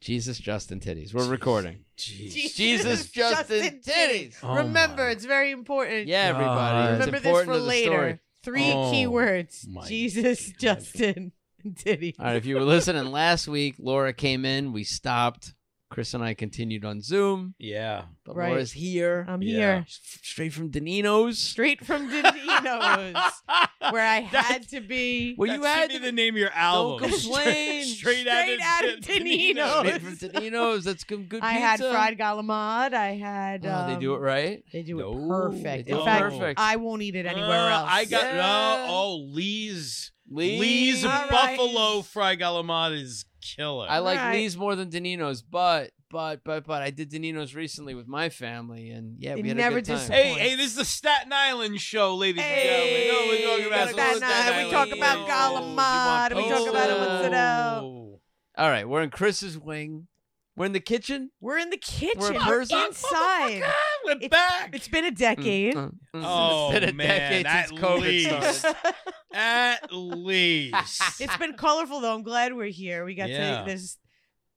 Jesus, Justin Titties. We're recording. Jeez. Jesus, Justin, Titties. Oh Remember, my it's very important. Yeah, everybody. God. It's Remember this important for to the story. later. Three Oh, key words: my Jesus, God. Justin, and Diddy. All right, if you were listening last week, Laura came in. We stopped. Chris and I continued on Zoom, Yeah. but Right. Um, Laura's here. I'm Yeah. here, S- Straight from Danino's. straight from Didino's, where I had to be. Well, you had to to be the name of your album. complain. Straight, Straight out of Danino's. Straight from Danino's. That's good, good I had pizza. fried galamad. I had. Oh, they do it um, right. They do No, it They perfect. do In it fact, perfect. I won't eat it anywhere Uh, else. I got Yeah. no. Oh, Lee's Lee- Lee's, All right. Buffalo Fry Galamad is killer. I like Right. Lee's more than Danino's, but but but but I did Danino's recently with my family, and yeah, They we had never a good time. disappoint. hey, hey, this is the Staten Island show, ladies Hey, and gentlemen. No, we're talking about Staten some Island. We talk about Oh, Galamad. you want We talk about it pizza? once in a- Oh. All right, we're in Chris's wing. We're in the kitchen. We're in the kitchen. We're We're person- inside. Oh We're It's- back. It's been a decade. Mm, mm, mm. Oh, it's been a man, decade at since COVID least. started. At least. It's been colorful though. I'm glad we're here. We got Yeah. to there's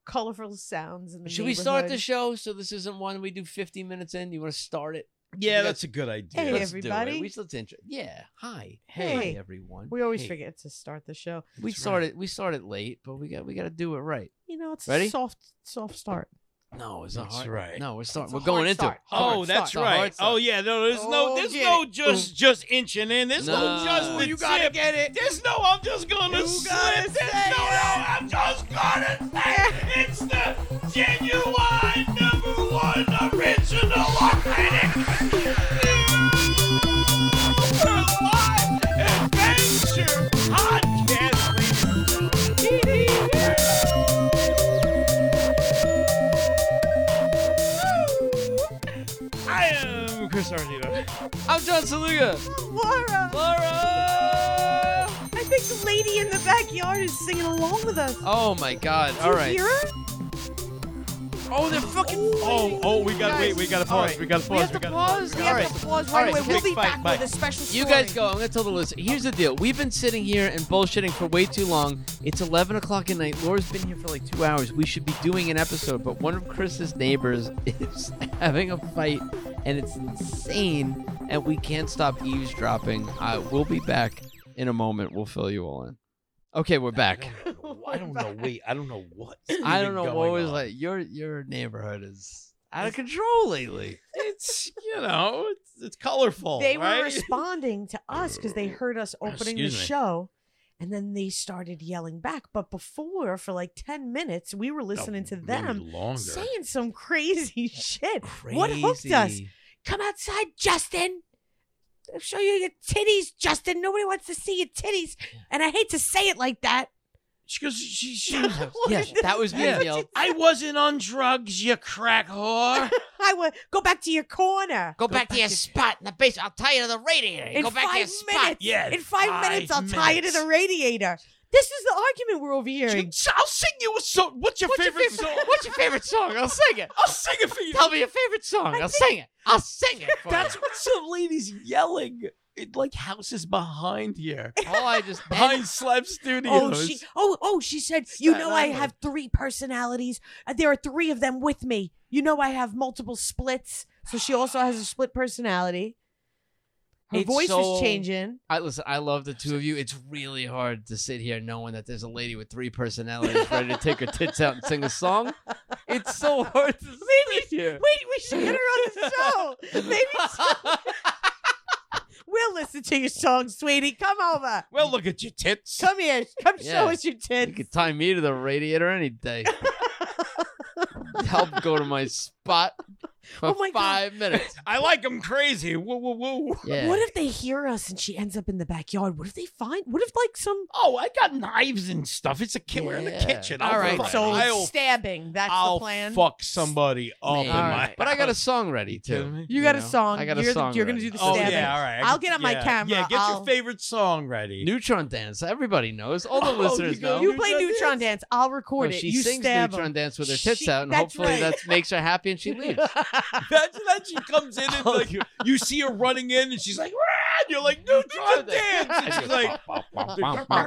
colorful sounds in the Should we start the neighborhood. show so this isn't one we do 50 minutes in? You want to start it? yeah, that's a good idea. Hey, Let's do it. everybody. We, let's intro. Yeah. Hi. Hey, Hey. everyone. We always Hey. forget to start the show. We started. We started late, but we got we got to do it right. You know, it's Ready? a soft soft start. No, it's not That's hard. right. No, we're It's starting. a We're going hard into it. start. Oh, Hard that's start. The right. hard start. Oh yeah, no, there's no, Oh, there's get no it. just just inching in. There's no, No. just Ooh, the you gotta get it. There's no, I'm just gonna You slip. gotta There's say no, no, it. I'm just gonna say it. it's the genuine number one original organic adventure podcast. I am Chris Ardito. I'm John Saluga. Laura, Laura. I think the lady in the backyard is singing along with us. Oh my God. All you right. hear her? Oh, they're fucking. Oh, oh, we got to wait. We got to all pause. right. We got to We pause. have We to got to pause. We We gotta All have right. to pause All right right. away. We'll Quick be bite, back bite. with a special story. You guys go. I'm gonna tell the listener. Here's the deal. We've been sitting here and bullshitting for way too long. It's 11 o'clock at night. Laura's been here for like two hours. We should be doing an episode, but one of Chris's neighbors is having a fight, and it's insane. And we can't stop eavesdropping. Uh, we'll be back in a moment. We'll fill you all in. Okay, we're back. I don't know. Wait, I don't know what. I don't know what was like. Your your neighborhood is out of control lately. It's you know, it's, it's colorful. They right? were responding to us because they heard us Oh, opening the Excuse me. show. And then they started yelling back. But before, for like 10 minutes, we were Oh, listening to maybe them longer. saying some crazy shit. What hooked us? Crazy. Come outside, Justin. I'll show you your titties, Justin. Nobody wants to see your titties. And I hate to say it like that. She goes. She, she, What Yes, is that was me. this? Yelled, I wasn't on drugs, you crack whore. I would go back to your corner. Go, back, to your spot in the basement. I'll tie you to the radiator. In Go back to your five spot. minutes. Yeah, In five, five minutes, I'll tie you to minutes. the radiator. This is the argument we're overhearing. I'll sing you a song. What's your favorite, song? What's your favorite song? I'll sing it. I'll sing it for you. Tell me your favorite song. I'll sing it. I'll sing it. For That's what some ladies yelling. It like houses behind here, you. all I just. behind Slab Studios. Oh, she, oh, oh, she said, you Staten know, I Island. have three personalities. Uh, There are three of them with me. You know, I have multiple splits. So she also has a split personality. Her It's voice so- is changing. I listen. I love the two of you. It's really hard to sit here knowing that there's a lady with three personalities ready to take her tits out and sing a song. It's so hard to sit here. Wait, we should get her on the show. Maybe we'll listen to your song, sweetie. Come over. Well, look at your tits. Come here. Come show Yeah. us your You tits. could tie me to the radiator any day. Help go to my spot for Oh five my God. minutes. I like them crazy. Woo, woo, woo. Yeah. What if they hear us and she ends up in the backyard? What if they find? What if like some? Oh, I got knives and stuff. It's a kid. We're in the Yeah. kitchen. I'll All right, fuck- so it's I'll, stabbing. That's I'll the plan. fuck somebody up Man. in All my. right. But I got a song ready kidding too. me? You got a know? song. I got a You're the- song. you're gonna ready. do the Oh stabbing. yeah, all right. I'll get on my yeah. camera. Yeah, get I'll- your favorite song ready. Neutron Dance. Everybody knows. All the Oh, listeners you go- know. You Neutron play Neutron Dance. I'll No, record it. Oh, she you sings stab Neutron 'em. Dance with her tits She- out, and that's hopefully right. that makes her happy and she leaves. Oh, Imagine that she comes in and like you see her running in and she's like, "Rah!" and you're like, dude, try to dance. It's like,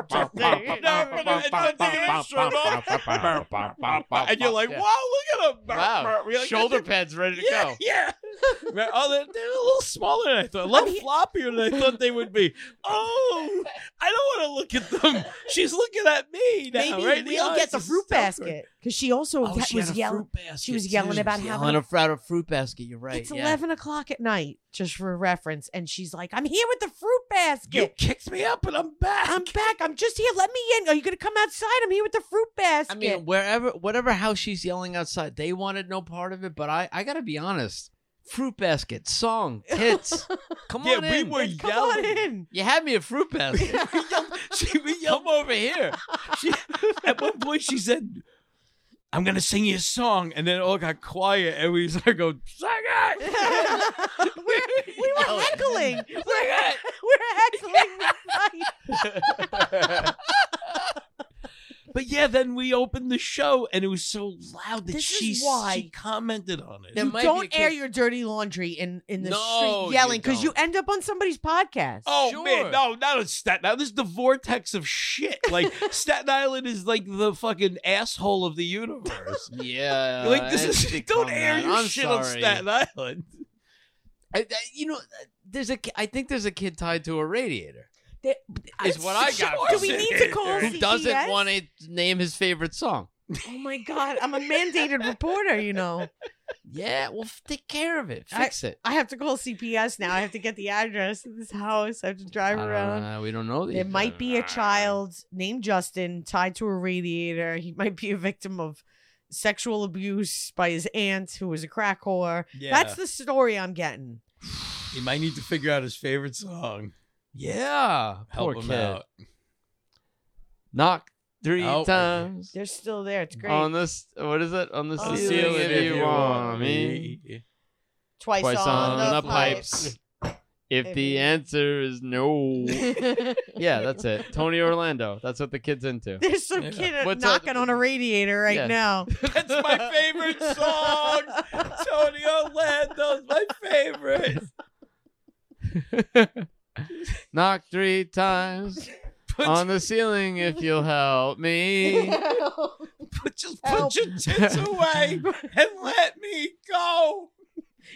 and you're like, Yeah. wow, look at him. Wow. You're like, Shoulder pads ready to yeah, go. Yeah. Man, oh, they're, they're a little smaller than I thought. A little floppier than I thought they would be. Oh, I don't want to look at them. She's looking at me now, Maybe right? we'll eyes get the are fruit still basket because she also Oh, she was had a yelling. fruit basket. was yelling too. about Yelling a out of fruit basket. You're right. it's yeah. 11 o'clock at night, just for reference. And she's like, I'm here with the fruit basket. You kicked me up and I'm back. I'm back. I'm just here. Let me in. Are you going to come outside? I'm here with the fruit basket. I mean, wherever, whatever house she's yelling outside, they wanted no part of it. But I, I gotta be honest. Fruit basket, song, hits. Come Yeah, on we in. were come yelling. on in. You had me a fruit basket. she, we yelled Come over here. she, at one point she said, I'm gonna sing you a song, and then it all got quiet, and we started going, sing it! We were heckling. We're, it. we're heckling. the fight. but yeah, then we opened the show, and it was so loud that This she, is why- she commented on it. There You might be a don't kid- air your dirty laundry in, in the No, street yelling you because you, end up on somebody's podcast. Oh Sure. man, no, not on Staten Island. This is the vortex of shit. Like Staten Island is like the fucking asshole of the universe. Yeah. like this it's is become don't air that. your I'm shit on sorry. Staten Island. I, I, you know, there's a. ki- I think there's a kid tied to a radiator. There- Is what I got. Do we need to call Who doesn't CPS? want to name his favorite song? Oh my God. I'm a mandated reporter, you know. Yeah, well, f- take care of it. I- Fix it. I have to call CPS now. I have to get the address of this house. I have to I drive don't around. know, we don't know. these There might guys. be a child named Justin tied to a radiator. He might be a victim of sexual abuse by his aunt, who was a crack whore. Yeah, That's the story I'm getting. he might need to figure out his favorite song. Yeah, Help poor him kid. out. Knock three Oh. times They're still there. It's great. on this. What is it? On the On the ceiling, ceiling if, if you you want me. twice, Twice on, the, pipes. pipes. If If the you- answer is no, yeah, that's it. Tony Orlando. That's what the kid's into. There's some Yeah. kid What's up? knocking on a radiator right Yeah. now. That's my favorite song. Tony Orlando's my favorite. Knock three times Put, on the ceiling if you'll help me. put, just Help. put your tits away and let me go.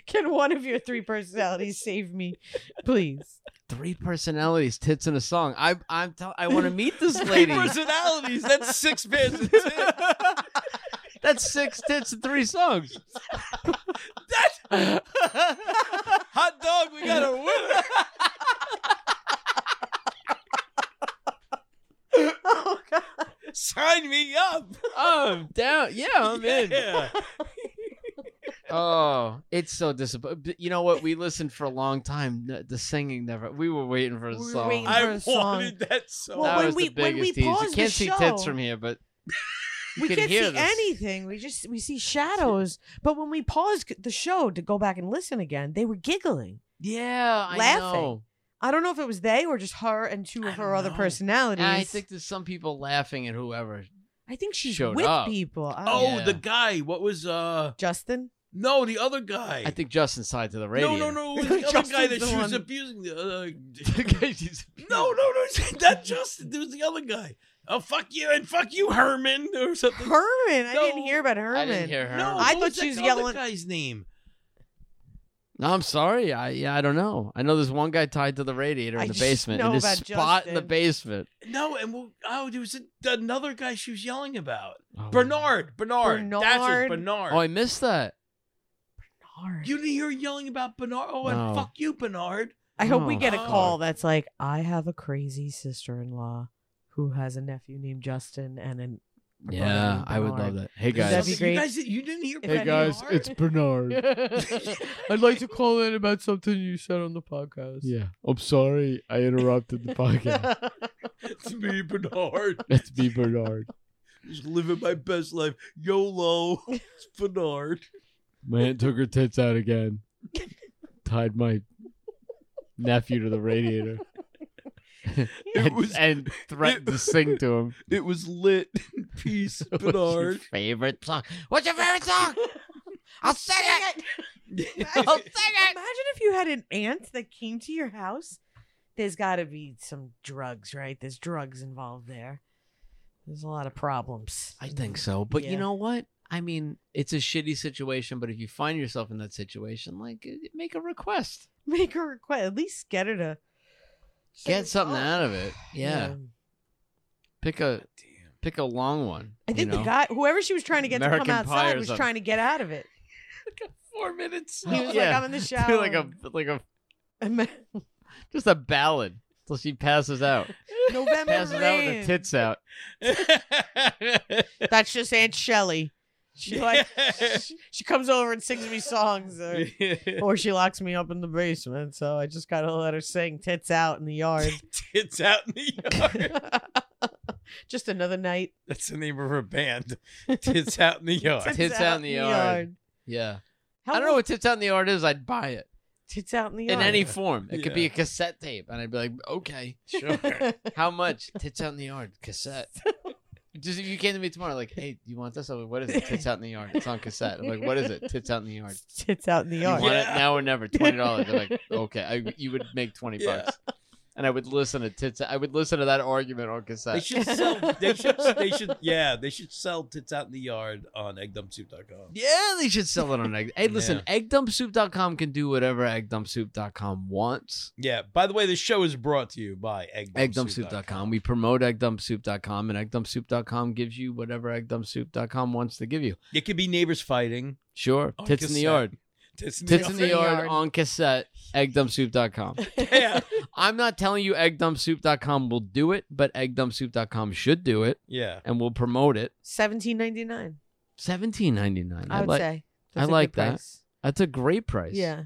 Can one of your three personalities save me, please? Three personalities, tits in a song. I I'm tell- I want to meet this lady. personalities. That's six pairs of tits. That, That's six tits in three songs. hot dog, we got a winner. Oh God! Sign me up. Oh, I'm down. Yeah, I'm in. Yeah. Oh, it's so disappointing. You know what? We listened for a long time. The- The singing never. We were waiting for a We were song. waiting- I For a wanted song. that so Well, that when was we- the when we biggest tease. You paused the can't see tits show- from here, but you we can can't hear see this. anything. We just we see shadows. But when we paused the show to go back and listen again, they were giggling. Yeah, I Laughing. know. I don't know if it was they or just her and two I of her don't other know. personalities. I think there's some people laughing at whoever. I think she's showed with up. people. I don't know. Oh, Yeah. the guy. What was uh? Justin. No, the other guy. I think Justin's tied to the radio. no, no, no. It was the other guy Justin's that the she was one. abusing. The other. no, No, no, no. That Justin. There was the other guy. Oh, fuck you and fuck you, Herman, or something. Herman. I didn't No, hear about Herman. I didn't hear her. No, No, I what that thought she was other yelling- Guy's name. I'm sorry. I yeah, I don't know. I know there's one guy tied to the radiator in I the just basement. know in his about spot in the Justin. basement. No, and we'll, oh, there was a, another guy she was yelling about. Oh. Bernard, Bernard, That's his Bernard. Bernard. Oh, I missed that. you didn't hear her yelling about Bernard. Oh, No. and fuck you, Bernard. I hope we Oh, get a God. call that's like, I have a crazy sister-in-law who has a nephew named Justin and an. Yeah, I would love that. Hey guys. That'd be great. You guys, you didn't hear. Hey, guys, Bernard? It's Bernard. yeah, I'd like to call in about something you said on the podcast. Yeah. I'm sorry I interrupted the podcast. It's me, Bernard. It's me, Bernard. Just living my best life. YOLO. It's Bernard. My aunt took her tits out again. Tied my nephew to the radiator. It and, was and threatened to sing to him. it was lit. Peace, What's your Bernard. favorite song? What's your favorite song? I'll sing it. I'll sing it. Imagine if you had an aunt that came to your house there's got to be some drugs, right? There's drugs involved there. There's a lot of problems. I think so. But Yeah. you know what? I mean, it's a shitty situation, but if you find yourself in that situation, like eh, make a request. Make a request. At least get her to Get something out of it. Yeah. Pick a Damn. pick a long one. I you think know? the guy, whoever she was trying to get American to come Pie outside, or was something. trying to get out of it. Four minutes. He was like, Yeah. "I'm in the Do shower." like a like a a just a ballad till she passes out. November Passes out with rain. her tits out. That's just Aunt Shelley. She like she comes over and sings me songs, or, or she locks me up in the basement. So I just gotta let her sing "Tits Out" in the yard. Tits out in the yard. just another night. That's the name of her band. Tits out in the yard. Tits Out in the Yard. Yeah. How I don't know what Tits Out in the Yard is. I'd buy it Tits Out in the Yard. in any form. It could be Yeah. a cassette tape, and I'd be like, okay, Sure. how much? Tits Out in the Yard cassette. Just if you came to me tomorrow, like, hey, do you want this? I'm like, what is it? Tits Out in the Yard. It's on cassette. I'm like, what is it? Tits Out in the Yard. Tits Out in the You Yard. want Yeah. it now or never? Twenty dollars. I'm like, okay, I, you would make twenty Yeah. bucks. And I would listen to tits. I would listen to that argument on They cassette. should sell. They should. They should. Yeah, they should sell tits out in the yard on eggdumpsoup.com. Yeah, they should sell it on egg. Hey, listen, Yeah. eggdumpsoup.com can do whatever eggdumpsoup.com wants. Yeah. By the way, this show is brought to you by eggdumpsoup.com. eggdumpsoup.com. We promote eggdumpsoup.com, and eggdumpsoup.com gives you whatever eggdumpsoup.com wants to give you. It could be neighbors fighting. Sure. On tits in the cassette. yard. Tits in the Tits in the yard on cassette, eggdumpsoup.com. Yeah. I'm not telling you eggdumpsoup.com will do it, but eggdumpsoup.com should do it, Yeah. and we'll promote it. Seventeen ninety nine. $17.99. I would like, say. I That's a like good that. price. That's a great price. Yeah,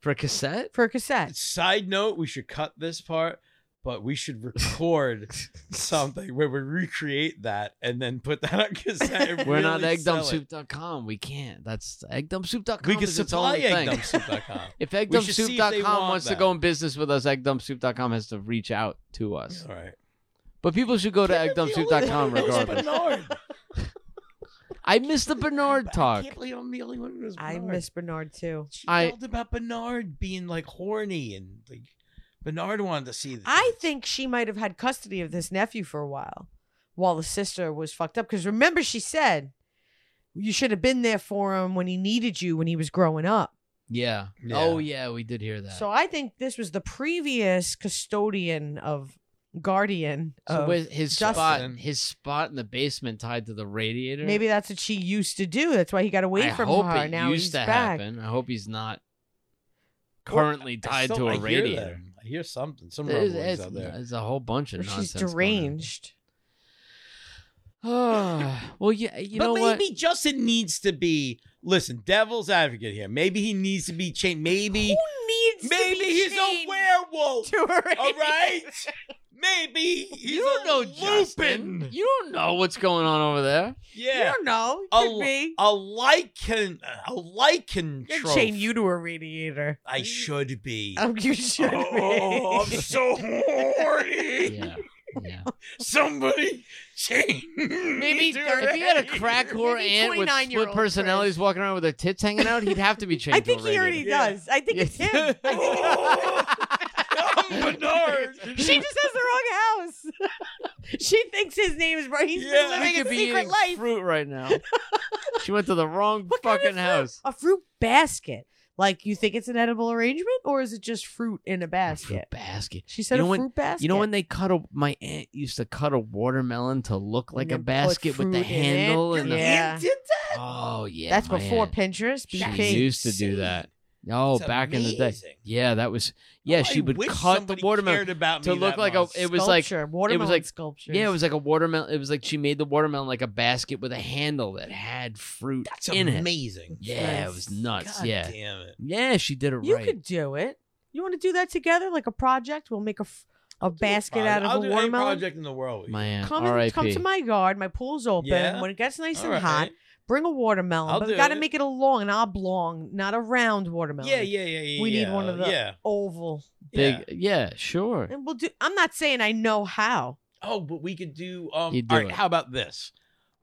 For a cassette? for a cassette. Side note: We should cut this part, but we should record something where we recreate that and then put that on cassette. and We're not really sell it. eggdumpsoup.com. We can't. That's eggdumpsoup.com. We could is its supply own thing. eggdumpsoup.com. If We should see if they eggdumpsoup.com want wants to that. go in business with us, eggdumpsoup.com has to reach out to us. All right. But people should go to eggdumpsoup.com It was regardless. Bernard. I missed the Bernard I talk. can't believe I'm the only one who knows I Bernard. miss Bernard too. She I- yelled about Bernard being like horny and like Bernard wanted to see. The I tits. think she might have had custody of this nephew for a while, while the sister was fucked up. Because remember, she said you should have been there for him when he needed you when he was growing up. Yeah. Yeah. Oh, yeah, we did hear that. So, So I think this was the previous custodian of guardian. of- with his Justin. spot, his spot in the basement tied to the radiator. maybe that's what she used to do. That's why he got away I from hope her. It now used he's to back. happen. I hope he's not Well, currently I tied still- to I a hear radiator. them. I hear something. Some There's, rumblings it's, out there. it's a whole bunch of Or nonsense. she's going on. deranged. Ah, well, yeah, you but know what? maybe Justin needs to be listen, devil's advocate here. Maybe he needs to be changed. Maybe Who needs to maybe be he's a chained werewolf. to her All right. Maybe he's you don't a know Lupin. Justin. You don't know what's going on over there. You Yeah. don't know. It A, could be. a lichen a lichen They'd trope. chain you to a radiator. I should be. Oh, Um, you should oh, I'm be. so horny. Yeah, yeah. Somebody chain. Maybe if he had a crack whore Maybe aunt with 29 -year-old split personalities walking around with her tits hanging out, he'd have to be changed. I think to a he already radiator. Yeah. does. I think it's Yeah. him. I I'm Bernard. think she just has the wrong house. she thinks his name is Brian. He's Yeah. been living He his could be secret eating life. fruit right now. she went to the wrong What kind of fucking house. A fruit basket. Like you think it's an edible arrangement, or is it just fruit in a Fruit basket? basket. She said You know a when- fruit basket. You know when they cut a my aunt used to cut a watermelon to look And like a then put basket with the fruit in it? handle and the Yeah. oh yeah That's my before aunt. Pinterest. she BP. used to do that. Oh, It's back in the day. amazing. Oh, Yeah, that was Oh, yeah. I she would wish cut the somebody watermelon. cared about to me look that like a- much. it was like- Sculpture, watermelon like- sculpture. Yeah, it was like a watermelon. It was like she made the watermelon like a basket with a handle that had fruit That's in it. amazing. Yeah, it was nuts. God yeah, damn it. yeah, she did it You right. could do it. You want to do that together, like a project? We'll make a, f- a basket out of I'll a do any watermelon. project in the world. with you. My aunt, Come and R.I.P. come to my yard. My pool's open. Yeah? When it gets nice All and hot, right. bring a watermelon. I'll but we do got to it. make it a long, an oblong, not a round watermelon. Yeah, yeah, yeah, yeah. We need yeah. one of the Yeah. oval. yeah. Big, yeah, sure. And we'll do. I'm not saying I know how. Oh, but we could do. Um, You do all right. it. How about this?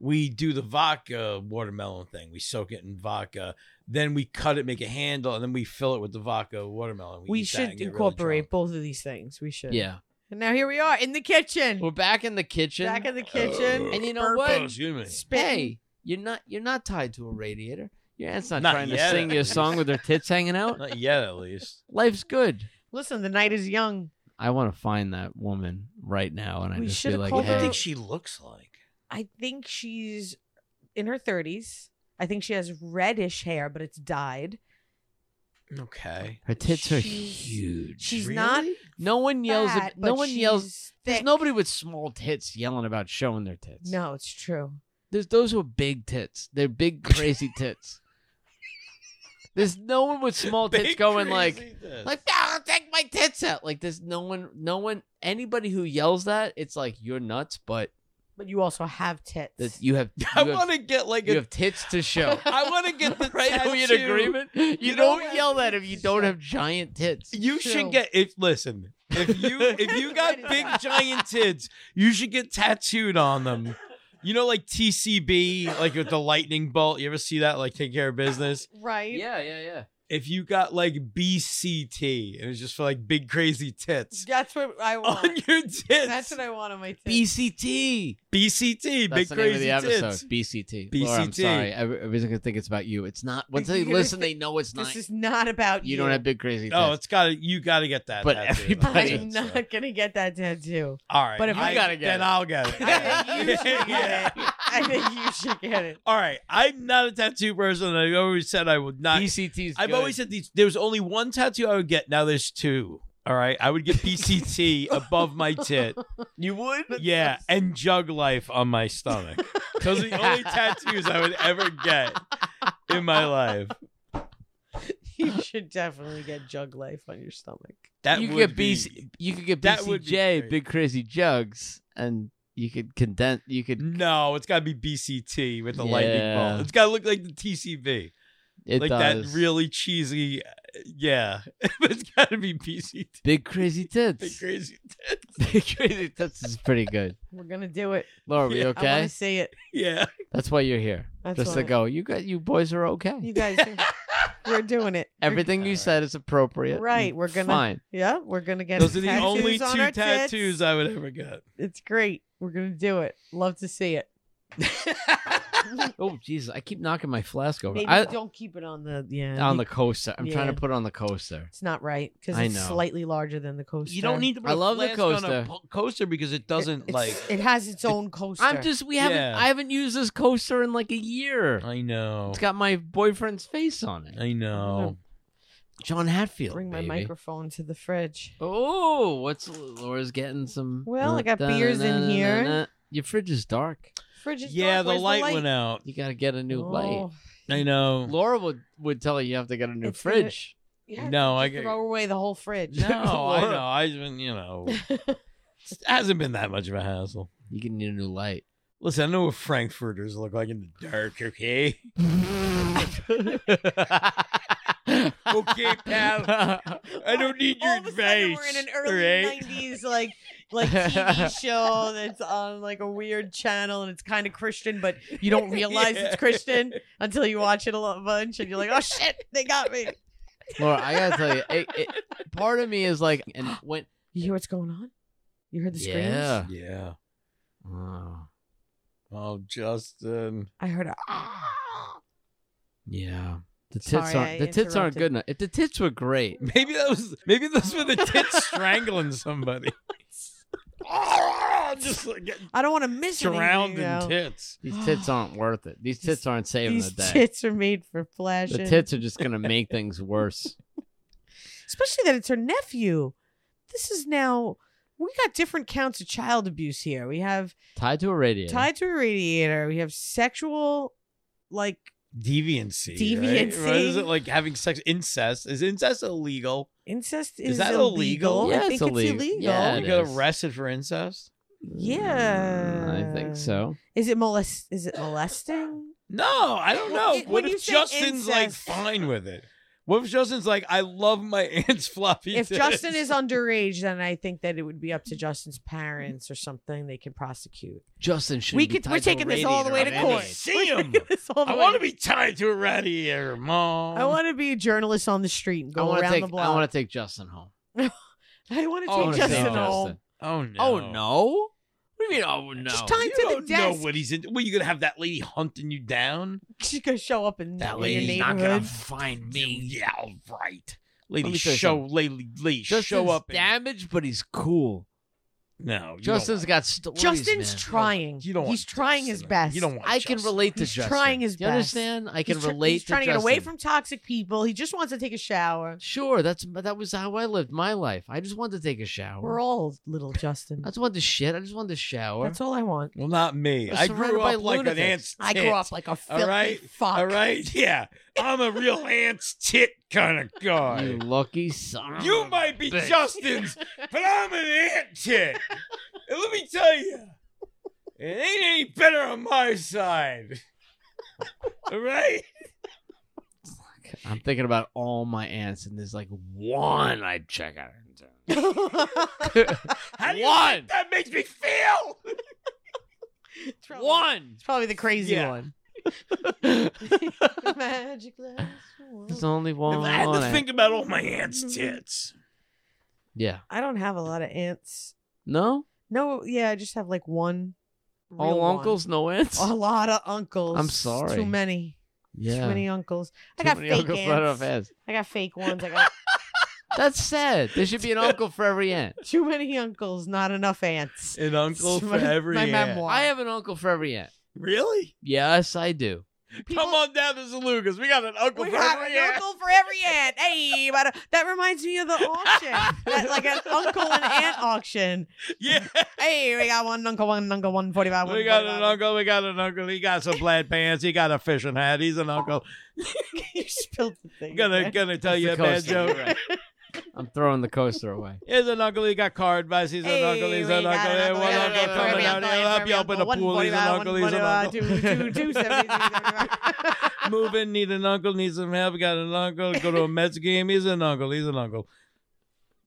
we do the vodka watermelon thing. We soak it in vodka, then we cut it, make a handle, and then we fill it with the vodka watermelon. We eat that should and get really incorporate drunk. both of these things. We should. Yeah. And now here we are in the kitchen. We're back in the kitchen. Back in the kitchen. Uh, and you know Burp. Oh, what? excuse me. Spitting. Hey, you're not you're not tied to a radiator. Your aunt's not, Not trying to yet, sing at you a least. song with her tits hanging out. Not yet, at least. Life's good. Listen, the night is young. I want to find that woman right now, and I We just should've feel like, called What do you her- hey, think she looks like? I think she's in her 30s. I think she has reddish hair, but it's dyed. Okay. her tits are she's- huge. She's not no one yells. fat, at, no but one yells. she's There's thick. nobody with small tits yelling about showing their tits. No, it's true. There's those who are big tits. They're big crazy tits. There's no one with small tits Big going like crazy tits. like "Ah, take my tits out. Like there's no one no one anybody who yells that, it's like you're nuts, but But you also have tits. that you have you I have, want to get like you a. have tits to show. I want to get the right? Are tattoo. we in agreement? You, don't don't, have yell that if you tits to don't show. have giant tits. You True. should get if listen if you if you got big giant tits, you should get tattooed on them. You know, like TCB, like with the lightning bolt. You ever see that? Like take care of business. right? yeah, yeah. If you got like BCT, it was just for like big crazy tits That's what I on want. your tits. That's what I want on my tits. BCT. BCT, That's big the crazy name of the tits. episode. BCT. Laura, I'm BCT. sorry. Every- Everybody's gonna think it's about you. It's not. Once they You're gonna listen, think they know it's this not. is not about you. You don't have big crazy tits. Oh, it's got to you. Got to get that. But tattooed. everybody- That's I'm it, so. not gonna get that tattoo. All right, But if you I- gotta get then it. I'll get it. I think you should Yeah. get it. I think you should get it. All right, I'm not a tattoo person. I always said I would not. BCT's. I've good. always said these. There was only one tattoo I would get. Now there's two. All right, I would get BCT above my tit. you would. Yeah, and Jug Life on my stomach. Those are the only tattoos I would ever get in my life. You should definitely get jug life on your stomach. That you could would get be. BC, you could get that would be BCJ, great. Big Crazy Jugs, and you could condense. You could. No, it's got to be BCT with the lightning Yeah. bolt. It's got to look like the TCB, It like does. that really cheesy. uh, Yeah, it's got to be BCT. Big Crazy Big Tits. crazy tits. Big Crazy Tits is pretty good. We're gonna do it. Laura, we Yeah. I I want okay? to see it. Yeah. That's why you're here. That's Just why. to go. You got. You boys are okay. You guys, we're doing it. We're- Everything you All right. said is appropriate. Right, and we're gonna- Fine. yeah, we're gonna get Those are the tattoos only on two our tits. tattoos I would ever get. It's great. We're gonna do it. Love to see it. Oh Jesus! I keep knocking my flask over. Maybe I, don't keep it on the yeah on the coaster. I'm trying to Yeah. put it on the coaster. It's not right because I it's know. slightly larger than the coaster. You don't need to put I a love the flask on a coaster. po- coaster because it doesn't It's- like it has its own coaster. I'm just we haven't Yeah. Oh. I haven't used this coaster in like a year. I know. It's got my boyfriend's face on it. I know. John Hatfield. bring my baby. microphone to the fridge. Oh, what's Laura's getting some? Well, I got beers in here. Your fridge is dark. Fridge is Yeah, dark. the Where's light, the light went out. You got to get a new light. Oh, I know. Laura would would tell you you have to get a new It's gonna- fridge. yeah, No, I just get- throw away the whole fridge. No, I Laura. know. I've been, you know, it hasn't been that much of a hassle. You can need a new light. Listen, I know what Frankfurters look like in the dark, okay? okay, pal. I don't need your All of a sudden, advice. we're in an early right? '90s like like TV show that's on like a weird channel and it's kind of Christian, but you don't realize it's Yeah. Christian until you watch it a lot bunch and you're like, oh shit, they got me. Laura, I gotta tell you, it, it, part of me is like, and when You hear what's going on? You heard the screams? yeah, Yeah. Oh, Oh, Justin. I heard a "Ah." yeah. The tits Sorry, I aren't the tits aren't interrupted. good enough. If the tits were great, Maybe that was maybe those were the tits strangling somebody. Just like getting I don't want to miss anything, drowned you know? in tits. these tits aren't worth it. These These- tits aren't saving These the day. tits are made for flashing. the tits are just gonna make things worse. Especially that it's her nephew. This is now we got different counts of child abuse here. We have Tied to a radiator. tied to a radiator. We have sexual, like Deviancy. Deviancy. Right? What is it like having sex? Incest. Is incest illegal? incest is, Is that illegal. illegal? Yeah, I it's think illegal. it's illegal. Yeah, it you got is. arrested for incest? Yeah. Mm, I think so. Is it molest? Is it molesting? No, I don't Well, know. it- when what you if say Justin's like incest- fine with it? What if Justin's like, I love my aunt's floppy if tits? Justin is underage, then I think that it would be up to Justin's parents or something they can prosecute. Justin should We could, we're taking this all the way to radiator. court. See We're him. taking this all the I way want to to be tied to a radiator, mom. I want to be a journalist on the street and I go want to around take. the I block. want to take Justin home. I want to Oh, take Justin no. home. Oh no! Oh no! What do you mean? Oh no! Just tie him You to don't the know desk. what he's in. What you gonna have that lady hunting you down? She's gonna show up in That in your lady's not neighborhood. gonna find me. Yeah, right. Lady, Let me tell you show lady, lady, Justin's show up. and- damaged, but he's cool. no, you Justin's got stories. Justin's man. trying. You don't want He's trying his Justin. best. You don't want I can Justin. relate to He's Oh, Justin. trying his Do you best. understand? I can he's tr- relate He's to trying to get away Justin. from toxic people. He just wants to take a shower. Sure, that's that was how I lived my life. I just wanted to take a shower. We're all little Justin. I just wanted to shit. I just wanted to shower. That's all I want. Well, not me. We're I grew surrounded by up like an lunatics. ant's I grew tit. up like a filthy All right. fuck. All right, yeah. I'm a real ant's tit kind of You guy. lucky Ah, son. of You a might be bitch. Justin's, but I'm an ant tit. And let me tell you, it ain't any better on my side. All right. I'm thinking about all my aunts, and there's like one I'd check out. How do you One. think that makes me feel? It's probably- One. It's probably the crazy Yeah. one. Magic last one. There's only one. If I had to aunt. think about all my aunt's tits. yeah. I don't have a lot of aunts. No. No, yeah, I just have like one. real all one. uncles, no aunts. A lot of uncles. I'm sorry. Too many. yeah. Too many uncles. I Too got many fake uncles, not aunts. enough aunts. I got fake ones. I got That's sad. There should be an uncle for every aunt. too many uncles, not enough aunts. An uncle It's for my- every my aunt. memoir. I have an uncle for every aunt. Really? Yes, I do. People- Come on down to Zalugas. We got an uncle We for got every an aunt. uncle for every aunt. Hey, but, uh, that reminds me of the auction, That- like an uncle and aunt auction. Yeah. Hey, we got one uncle, one uncle, one forty-five. We got an uncle. We got an uncle. He got some plaid pants. He got a fishing hat. He's an uncle. you spilled the thing. I'm gonna again. gonna tell That's Oh, you the a bad coaster. joke. You're right. I'm throwing the coaster away. He's an uncle. He got car advice. He's Hey, an uncle. He's we an got uncle. an Hey, uncle, one we got uncle an uncle, coming every out uncle, here. He'll help every you open a uncle, pool. He's an uncle. He's an uncle. one forty-five, one forty-five, two- two- two seventy-two, seventy-five. Move in. Need an uncle. Need some help. Got an uncle. Go to a Mets game. He's an uncle. He's an uncle.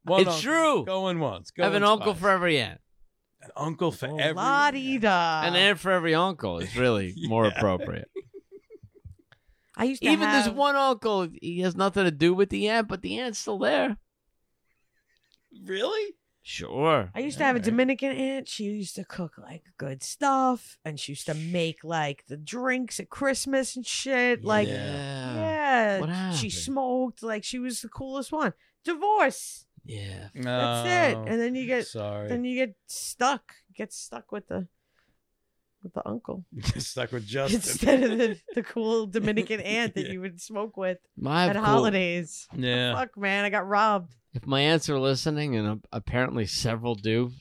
One It's uncle. true. Going once. I have an going uncle twice. for every aunt. an uncle for every. La-dee-da. an aunt for every uncle is really more Yeah. appropriate. I used to Even have... this one uncle, he has nothing to do with the aunt, but the aunt's still there. Really? Sure. I used to have a Dominican aunt. She used to cook like good stuff, and she used to make like the drinks at Christmas and shit. Like, yeah, yeah. What she happened? smoked. Like, she was the coolest one. Divorce. Yeah. No. That's Oh, it. And then you get sorry. then you get stuck. Get stuck with the with the uncle stuck with Justin. instead of the, the cool Dominican aunt that Yeah. you would smoke with My at cool- holidays. yeah. Fuck, man, I got robbed. If my aunts are listening, and a- apparently several do,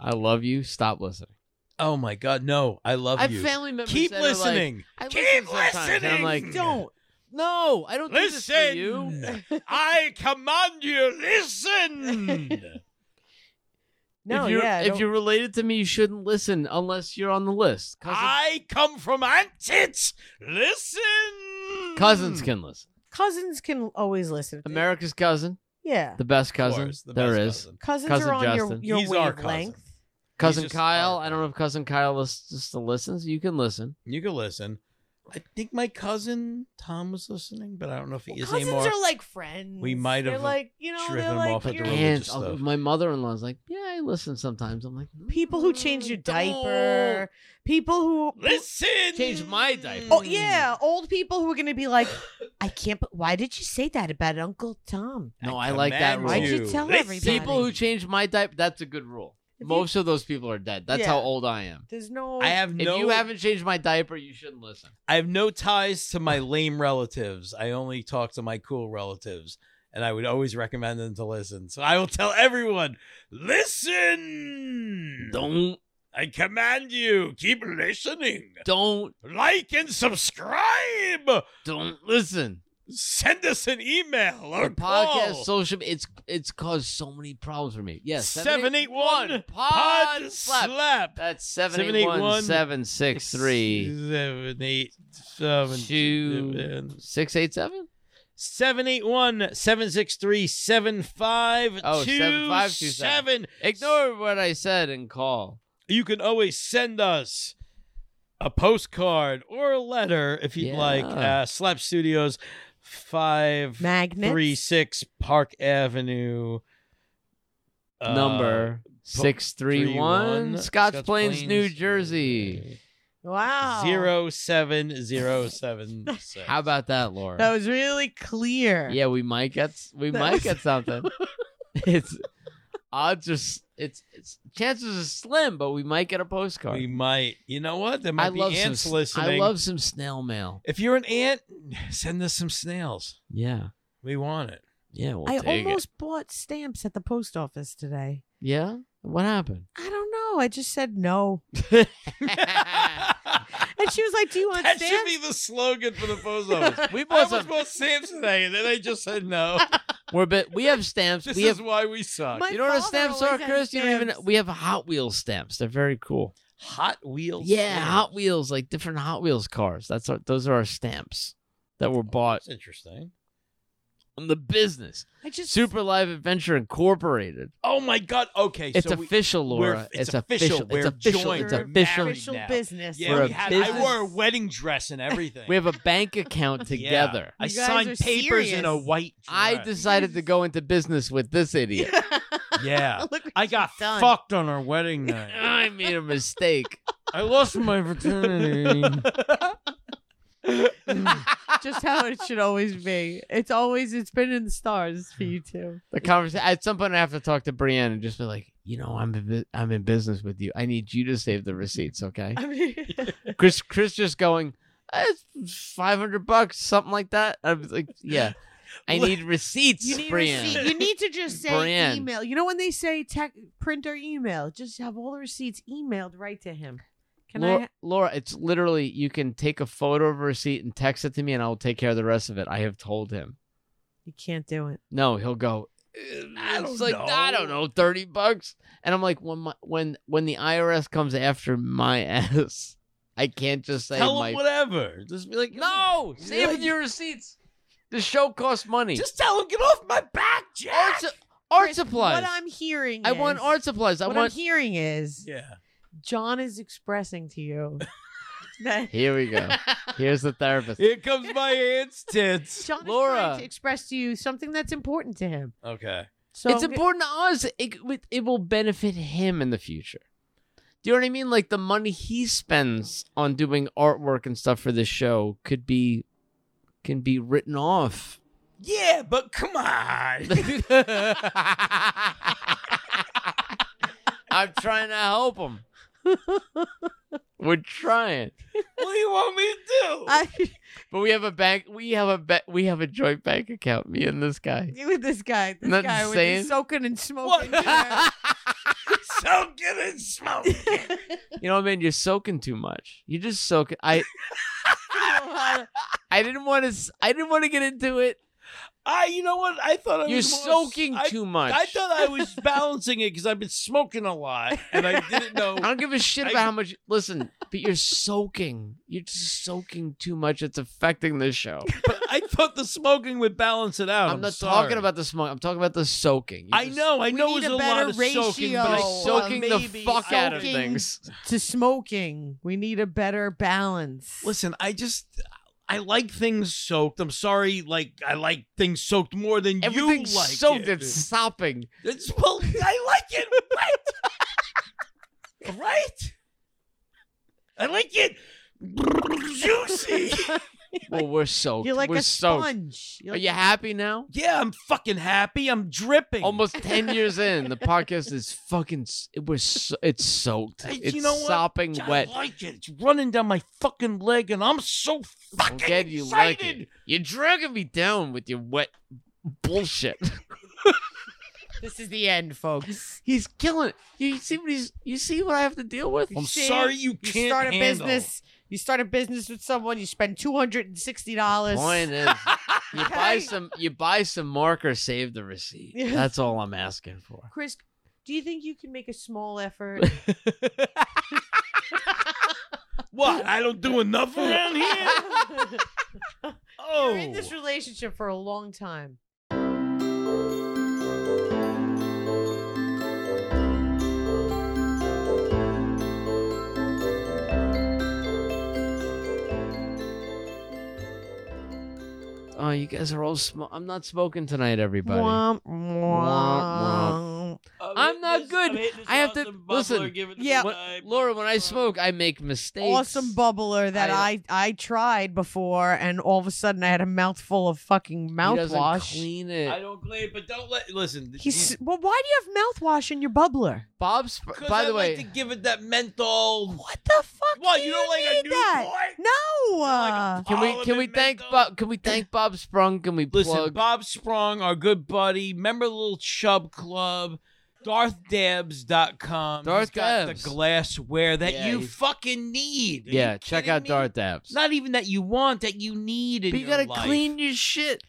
I- I love you. Stop listening. Oh my God, no! I love I have you. family members. Keep that are like- listening. I Keep listen sometimes, and I'm listening! like, Don't. no, I don't do this for you. Listen, I command you. Listen. No, if you're, yeah. if don't- you're related to me, you shouldn't listen unless you're on the list. Cousins, Ah! I come from Antits. Listen. cousins can listen. cousins can always listen. America's cousin, Yeah. the best cousin course, the there best is. cousin. Cousins Cousin are on Justin. your, your He's our wavelength. cousin. Cousin He's just Kyle, our I don't know if cousin Kyle listens, still listens. You can listen. You can listen. I think my cousin Tom was listening, but I don't know if he Well, is cousins anymore. are like friends. We might They're have like you know driven they're him like off at the your- road. And Religious I'll- stuff. my mother-in-law's like, "Yeah, I listen sometimes." I'm like, people who change your diaper, people who listen. Change my diaper. Mm. Oh yeah, old people who are gonna be like, I can't. But why did you say that about Uncle Tom? No, I like that command rule. Why'd you tell Listen. everybody? People who change my diaper, that's a good rule. If you- Most of those people are dead. That's Yeah. how old I am. There's no. I have If no. you haven't changed my diaper, you shouldn't listen. I have no ties to my lame relatives. I only talk to my cool relatives, and I would always recommend them to listen. So I will tell everyone, listen. Don't I command you, keep listening. don't Like and subscribe. don't listen. Send us an email or The podcast, call. social, it's it's caused so many problems for me. Yes, yeah, seven eight one pod, slap. That's seven eight one 781 seven six three seven eight seven two six eight seven. 781 763 Oh, 7527. Ignore what I said and call. You can always send us a postcard or a letter if you'd Yeah. like. Uh, Slap Studios, 536 Magnet. Park Avenue. uh, Number six three one, Scotch, Plains, New Jersey. Wow. Zero seven zero seven. six. Oh. How about that, Laura? That was really clear. Yeah, we might get s- we That might was- get something. it's odds are s- it's, it's chances are slim, but we might get a postcard. We might. You know what? There might I be love some ants s- listening. I love some snail mail. If you're an ant, send us some snails. Yeah, We want it. yeah, we'll I take almost it. bought stamps at the post office today. Yeah, what happened? I don't know. I just said no. And she was like, Do you want that should stamps? be the slogan for the post office. we I bought was some. bought stamps today, and then they just said no. We're bit. We have stamps. This we is have. why we suck. My You know what father stamps are, always had Chris? You don't even. stamps. We have Hot Wheels stamps. They're very cool. Hot Wheels. Yeah, stamps. Hot Wheels, like different Hot Wheels cars. That's our, those are our stamps that were bought That's interesting. from the business. I just Super Live Adventure Incorporated. Oh my God. Okay, It's so we, official, we're- Laura. it's It's, official. official. We're It's official. joined. It's We're official. married. official now. business. yeah, for we a had, I business- wore a wedding dress and everything. We have a bank account Yeah. together. I You guys signed are papers in a serious. white dress. I decided to go into business with this idiot. yeah. Look what I you've got done. fucked on our wedding night. I made a mistake. I lost my virginity. Just how it should always be. It's always it's been in the stars for you two. The conversation. At some point, I have to talk to Brienne and just be like, you know, I'm in bu- I'm in business with you. I need you to save the receipts, okay? I mean, Chris, Chris, just going. "Eh, It's five hundred bucks, something like that. I was like, yeah, I Look, need receipts, you need Brienne. receipt. You need to just say Brand. email. You know when they say tech, print or email, just have all the receipts emailed right to him. Can Laura, I? Laura, it's literally you can take a photo of a receipt and text it to me, and I will take care of the rest of it. I have told him. You can't do it. No, he'll go. I it's don't like I know." don't know, thirty bucks, and I'm like, when my, when when the IRS comes after my ass, I can't just say Tell my him whatever. Just be like, no. Save your receipts. The show costs money. Just tell him, get off my art, back, Jack. su- art Chris, supplies. What I'm hearing. I want is- art supplies. I what I'm want. hearing is Yeah. John is expressing to you that Here we go. Here's the therapist. Here comes my aunt's tits. John is Laura. trying to express to you something that's important to him. Okay. So it's important to us. It, with- it will benefit him in the future. Do you know what I mean? Like the money he spends on doing artwork and stuff for this show could be can be written off. Yeah, but come on. I'm trying to help him. We're trying, what do you want me to do? I, but we have a bank. We have a ba- we have a joint bank account. Me and this guy. with this guy, this Nothing guy with saying? his soaking and What? smoking. hair. so get in smoke. You know what I mean? You're soaking too much. You just soak. I I didn't want to. I didn't want to get into it. I, you know what? I thought I You're was more- soaking I, too much. I thought I was balancing it because I've been smoking a lot and I didn't know. I don't give a shit I- about how much. Listen, but you're soaking. You're just soaking too much. It's affecting the show. But I thought the smoking would balance it out. I'm, I'm, not sorry. talking about the smoke. I'm talking about the soaking. You I just- know. I We know need it was a a, lot better of soaking, but I You're ratio. thought soaking the maybe fuck out of soaking- things. to smoking. We need a better balance. Listen, I just I like things soaked. I'm sorry, like I like things soaked more than you like Everything's soaked. it. It's sopping. It's- well, I like it wet. right? I like it juicy. Well, we're soaked. you're like we're a soaked. sponge. You're Are like- you happy now? Yeah, I'm fucking happy. I'm dripping. Almost ten years in, the podcast is fucking. s- It was. So, it's soaked. Hey, you It's know what? sopping I wet. like it. It's running down my fucking leg, and I'm so fucking I'm glad you like excited. it. You're dragging me down with your wet bullshit. this is the end, folks. he's killing it. You see what he's. You see what I have to deal with. I'm See? sorry you You can't start a handle. business. You start a business with someone. You spend two hundred and sixty dollars. Point is, you buy some. You buy some marker. Save the receipt. Yeah. That's all I'm asking for. Chris, do you think you can make a small effort? What? I don't do enough around here. Chris, Oh, No. They're in this relationship for a long time. Oh, you guys are all sm- I'm not smoking tonight, everybody. Womp, Womp, womp. I'm not good. I have to- listen. Yeah. When- Laura, when I smoke, I make mistakes. Awesome bubbler that I- I, I tried before, and all of a sudden I had a mouthful of fucking He doesn't mouthwash. clean I it. don't claim, but don't let. Listen, He's well. Why do you have mouthwash in your bubbler? Bob's. Because By I the way, like to give it that menthol. What the fuck? What do you you don't like a need new that? boy? No. Uh, like Can All we of can it we meant thank though. Bob? Can we thank Bob Sprung? Can we Listen, plug? Bob Sprung, our good buddy, member of the Little Chub Club, DarthDabs.com. Darth he's got Dabs. the glassware that Yeah, you he's- fucking need. Are you yeah, check kidding out me? Darth Apps. Not even that you want, that you need. In But you your gotta life. clean your shit.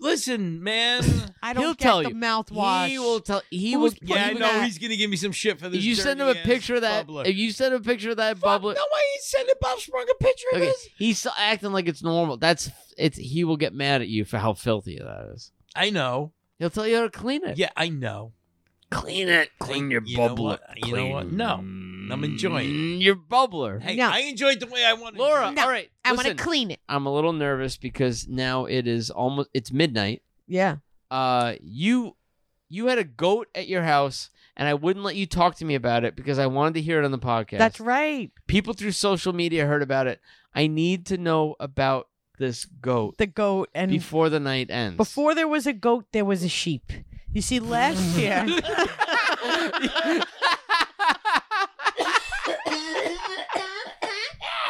Listen, man. I don't He'll get tell the you. mouthwash. He will tell. He Who's will. putting yeah, I he know will- that- he's gonna give me some shit for If this. you send him a dirty-ass picture of that, bubbler. if you send him a picture of that Fuck, bubbler, no, I ain't sending Bob Sprung a picture of okay, this. he's still acting like it's normal. That's it's. He will get mad at you for how filthy that is. I know. He'll tell you how to clean it. Yeah, I know. clean it. Clean your You know bubbler. what? You know what? No. I'm enjoying your Mm, bubbler. Hey, No. I enjoyed the way I wanted. Laura, No, all right. I want to listen, clean it. I'm a little nervous because now it is almost it's midnight. Yeah. uh you you had a goat at your house and I wouldn't let you talk to me about it because I wanted to hear it on the podcast. That's right. People through social media heard about it. I need to know about this goat The goat and before the night ends. before there was a goat, there was a sheep. You see, Mm-hmm. last year.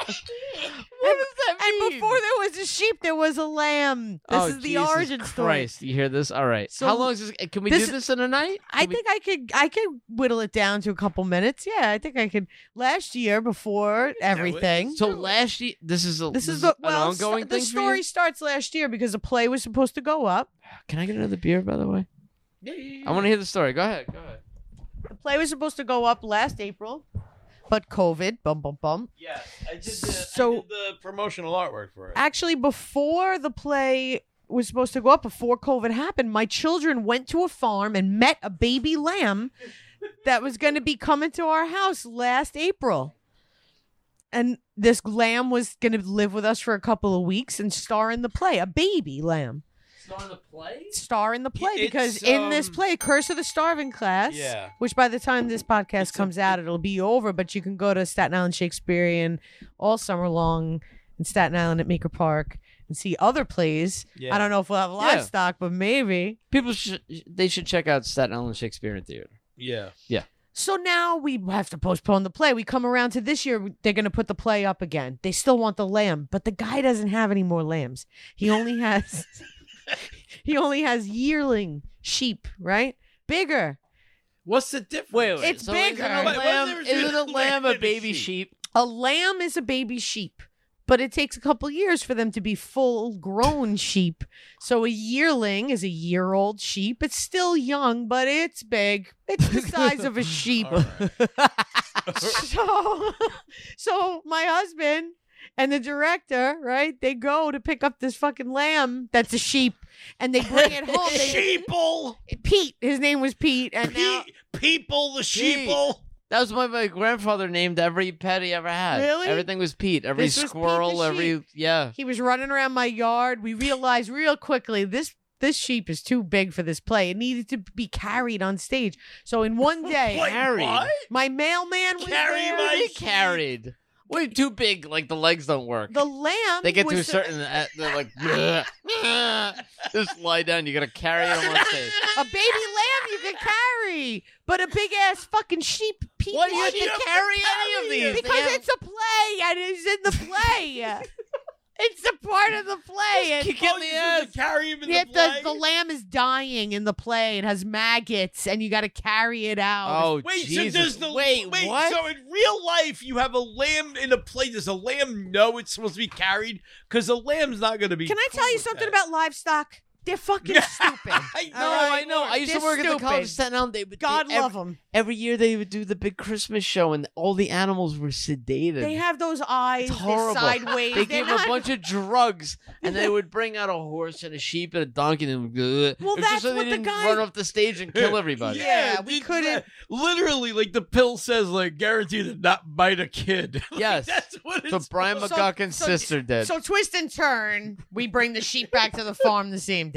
What does that And mean? before there was a sheep, there was a lamb. This Oh, is the Jesus origin story. Christ, you hear this? All right. So How long is this? eh, Can we this- do this in a night? I Can we- think I could I could whittle it down to a couple minutes. Yeah, I think I could. Last year, before everything, so. Last year, this is a this is the, well. an st- ongoing the thing for you? story starts last year because the play was supposed to go up. Can I get another beer, by the way? I want to hear the story. Go ahead. Go ahead. The play was supposed to go up last April, but COVID, bum bum bum. Yes, I did the, So- I did the promotional artwork for it. Actually, before the play was supposed to go up, before COVID happened, my children went to a farm and met a baby lamb that was going to be coming to our house last April. And this lamb was going to live with us for a couple of weeks and star in the play, a baby lamb. Start the play? Star in the play because It's, in this um, play, Curse of the Starving Class, Yeah. which by the time this podcast It's a- comes out, it'll be over, but you can go to Staten Island Shakespearean all summer long in Staten Island at Maker Park and see other plays. Yeah. I don't know if we'll have Yeah. livestock, but maybe. People should they should check out Staten Island Shakespearean Theater. Yeah. So now we have to postpone the play. We come around to this year, they're going to put the play up again. They still want the lamb, but the guy doesn't have any more lambs. He only has he only has yearling sheep, right? Bigger. What's the difference? wait. It's bigger. Isn't a Wait, what lamb, difference isn't between a a lamb lamb a and a baby sheep? sheep? A lamb is a baby sheep, but it takes a couple years for them to be full grown sheep. So a yearling is a year old sheep. It's still young, but it's big. It's the size of a sheep. All right. so, so my husband and the director, right? They go to pick up this fucking lamb that's a sheep, and they bring it home. They, sheeple, Pete, his name was Pete, and now pe- people, the sheeple. That was what my grandfather named every pet he ever had. Really? Everything was Pete. Every This was Pete the squirrel, every yeah. he was running around my yard. We realized real quickly this this sheep is too big for this play. It needed to be carried on stage. So in one day, Wait, Harry. what? my mailman was Carry there. my They carried. We're too big, like the legs don't work. the lamb. they get to was a certain uh, they're like "Bleh, bleh." just lie down, you gotta carry them on stage. a baby lamb you could carry, but a big ass fucking sheep. Pete Why do you have sheep- to carry any of these? They Because have- it's a play and it's in the play. it's a part of the play. and- kick it in Oh, the you just ass. Carry him in Yeah, the, the, play? the lamb is dying in the play. It has maggots, and you got to carry it out. Oh, Wait, Jesus. so does the wait, wait, what? So in real life, you have a lamb in a play. Does a lamb know it's supposed to be carried? Because a lamb's not going to be. Can I cool tell you with something that. about livestock? They're fucking stupid. I No, I know. I used to They're work at the college stupid. of Staten Island. They would God they, every, love them. Every year they would do the big Christmas show, and all the animals were sedated. They have those eyes. it's They're horrible. sideways. They They're gave not- a bunch of drugs, and they would bring out a horse and a sheep and a donkey, and well, Well, just that's so they what the didn't guy- run off the stage and kill everybody. Yeah, we did couldn't- that. Literally, like the pill says, like guaranteed to not bite a kid. Like, Yes. that's what So it's. Brian So- McGuckin's so- sister did. So twist and turn, we bring the sheep back to the farm the same day.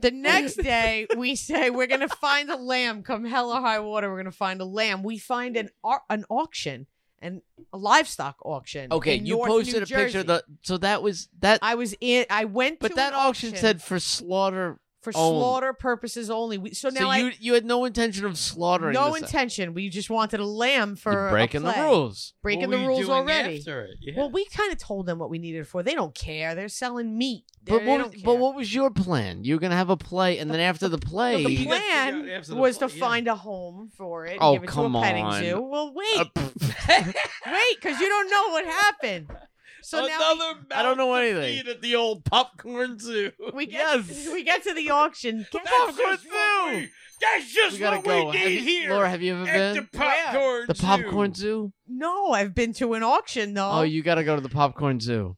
The next day, we say we're gonna find a lamb. Come hell or high water, we're gonna find a lamb. We find an au- an auction, and a livestock auction. okay, in you North posted New a picture. Jersey. Of the, so that was that. I was in. I went, but to that an auction, auction said for slaughter. for owned. slaughter purposes only. We, so now so I you you had no intention of slaughtering. no this- intention. We just wanted a lamb for You're a breaking the play. rules. What Breaking the were you rules doing already. after it? Yeah. Well, we kind of told them what we needed it for. They don't care. They're selling meat. They're, But they what, don't care. but what was your plan? You were gonna have a play, and then after the play, the You gotta figure out plan after the was to play, yeah. find a home for it. And Oh, give it come to a petting on. zoo. Well, wait, Uh, pff. Oh, wait, because you don't know what happened. So now Another I don't know mouth to anything. feed at the old popcorn zoo. we get Yes. we get to the auction. Guess That's popcorn just what zoo. we- That's just we gotta what go. we Have need you- here. Laura, have you ever at the been? popcorn The zoo. popcorn zoo? no, I've been to an auction though. Oh, you got to go to the popcorn zoo.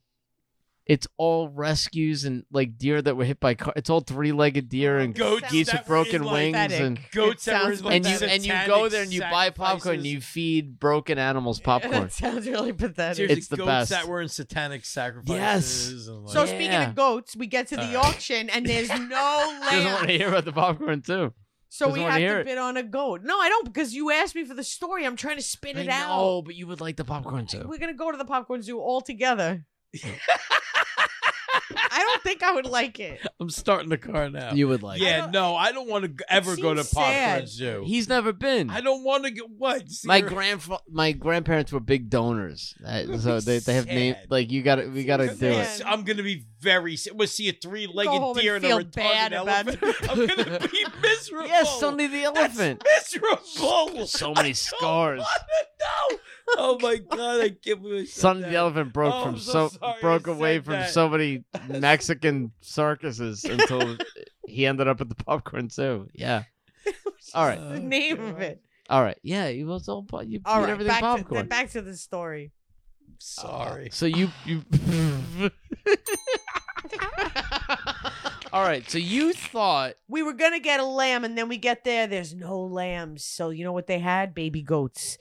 It's all rescues and like deer that were hit by car. It's all three-legged deer and Goats geese that with were broken in, like, wings pathetic. and Goats It that were sounds like and you and you go there and you buy popcorn and sacrifices. you feed broken animals popcorn. that sounds really pathetic. Seriously, It's the goats best. that were in satanic sacrifices. Yes. And like, So speaking Yeah. of goats, we get to the Uh. auction and there's no He doesn't want lamb. to hear about the popcorn too. So doesn't we wanna have hear to it. bid on a goat. No, I don't because you asked me for the story. I'm trying to spin it out. Oh, but you would like the popcorn too. We're gonna go to the popcorn zoo all together. I don't think I would like it. I'm starting the car now. You would like. I yeah, don't- no, I don't want to ever go to seems popcorn sad. it. zoo. He's never been. I don't want to get what See, My you're- grandfa- my grandparents were big donors, Uh, so they, they have name Sad. like you got to we got to do it. Sad. I'm gonna be very. si- We'll see a Go three-legged home deer and and, a feel bad retarded about it. elephant. I'm gonna be miserable. Yes, Sonny the That's elephant. miserable. So many scars. No. Oh my god, I can't believe. I said Son of that. the Elephant broke Oh, from I'm so, so sorry broke I away said from that. so many Mexican circuses until he ended up at the popcorn zoo. Yeah. All right. the name of it. All right. Yeah. You was all po- you All put right, everything back to, popcorn. the, back to the story. Sorry. so you you. all right. So you thought We were gonna get a lamb, and then we get there. There's no lambs, so you know what they had? Baby goats,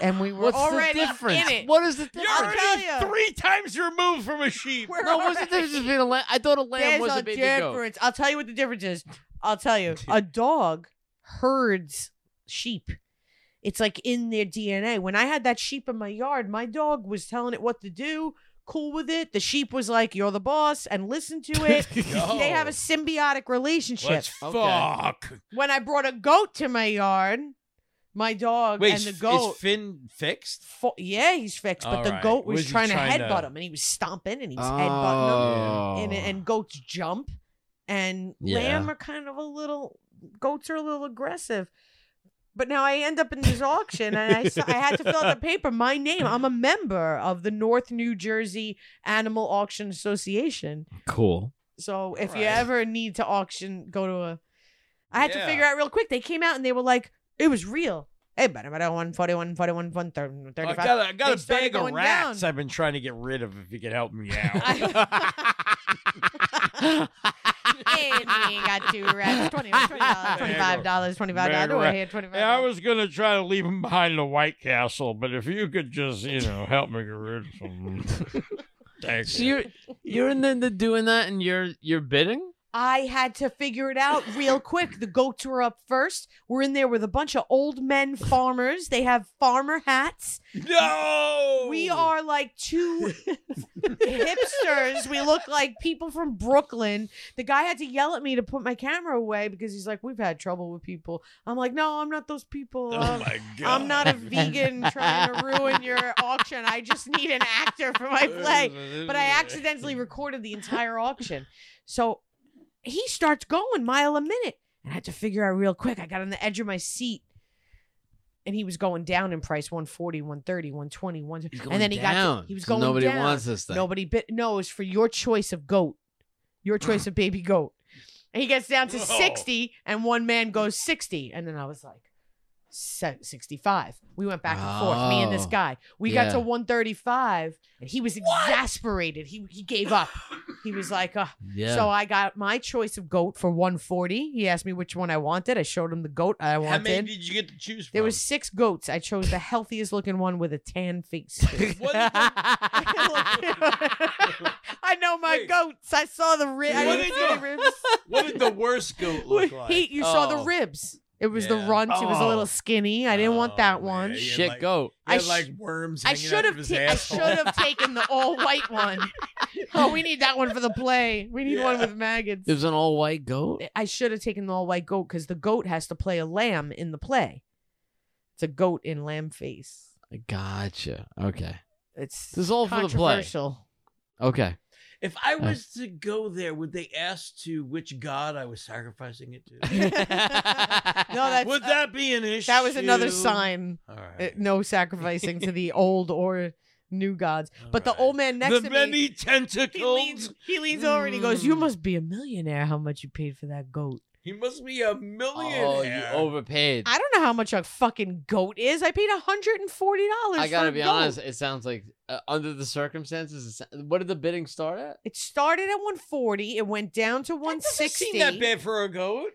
and we were what's already the difference? in it. What is the You're I'll difference? already tell ya. three times removed from a sheep. We're No, what's the already- difference between a lamb? I thought a lamb There's was a, a baby goat. difference. I'll tell you what the difference is. I'll tell you. A dog herds sheep. It's like in their DNA. When I had that sheep in my yard, my dog was telling it what to do, cool with it. The sheep was like, "You're the boss," and listened to it. Yo. They have a symbiotic relationship. Let's Okay. fuck. when I brought a goat to my yard, my dog Wait, is- and the goat. is Finn fixed? fo- yeah, he's fixed, but All the right. goat was, Was he trying to trying to- headbutt him, and he was stomping, and he was headbutting him Oh. and and goats jump and Yeah. lamb are kind of a little goats are a little aggressive but now i end up in this auction and I, saw- I had to fill out the paper my name i'm a member of the north new jersey animal auction association cool. so if you Right. ever need to auction go to a i had to Yeah. figure out real quick they came out and they were like it was real hey but about 141 41 135 I got, a- I got They a started bag of going rats down. I've been trying to get rid of if you could help me out. I- and we got two rats. Twenty dollars, twenty-five dollars, twenty-five Bag dollars. of Over rat- here, twenty-five. Hey, I was going to try to leave them behind the White Castle, but if you could just, you know, help me get rid of some. Thank So you. you're you're in the, the doing that and you're you're bidding? I had to figure it out real quick. The goats were up first. We're in there with a bunch of old men farmers. They have farmer hats. No! Oh We are like two hipsters. We look like people from Brooklyn. The guy had to yell at me to put my camera away because he's like, "We've had trouble with people." I'm like, "No, I'm not those people." Um, Oh, I'm- my God. I'm not a vegan trying to ruin your auction. I just need an actor for my play. But I accidentally recorded the entire auction. So he starts going mile a minute. And I had to figure out real quick. I got on the edge of my seat. And he was going down in price 140, 130, 120, 120. And then he got to- he was So going nobody down. wants this thing. Nobody bit no, it was for your choice of goat. Your choice of baby goat. And he gets down to Whoa. 60, and one man goes 60. And then I was like, "Se- 65. We went back and forth, me and this Oh, guy. We got yeah. to 135, and he was exasperated. He, he gave up. He was like, "Ugh." Yeah. So I got my choice of goat for 140. He asked me which one I wanted. I showed him the goat I How many wanted. did you get to choose from? There was six goats. I chose the healthiest looking one with a tan face. What did they- I know my Wait. goats. I saw the ribs. I What didn't did see you- any ribs. what did the worst goat look like? He, you saw the Oh. ribs. It was the Yeah. runt. It was a Oh. little skinny. I didn't want that Oh, one. man. Yeah, Shit like- goat. He had, I sh- like worms. I hanging out of should have. his ta- I should asshole. have taken the all white one. Oh, we need that one for the play. We need one Yeah. with maggots. It was an all white goat. I should have taken the all white goat because the goat has to play a lamb in the play. It's a goat in lamb face. Gotcha. Okay. It's This is all for the play. controversial. Okay. If I was to go there, would they ask to which god I was sacrificing it to? no, that's uh, would that be an issue? that was another sign. All Uh, right. no sacrificing to the old or new gods. But the old man next the to me, many he tentacles. He, leans, he leans over and he goes, Mm. "You must be a millionaire. How much you paid for that goat? must be a Oh, you millionaire. overpaid. I don't know how much a fucking goat is. I paid hundred and forty dollars. I gotta be honest. It sounds like uh, under the circumstances. It, sa- what did the bidding start at? It started at one forty. It went down to one Doesn't sixty. seem that bad for a goat.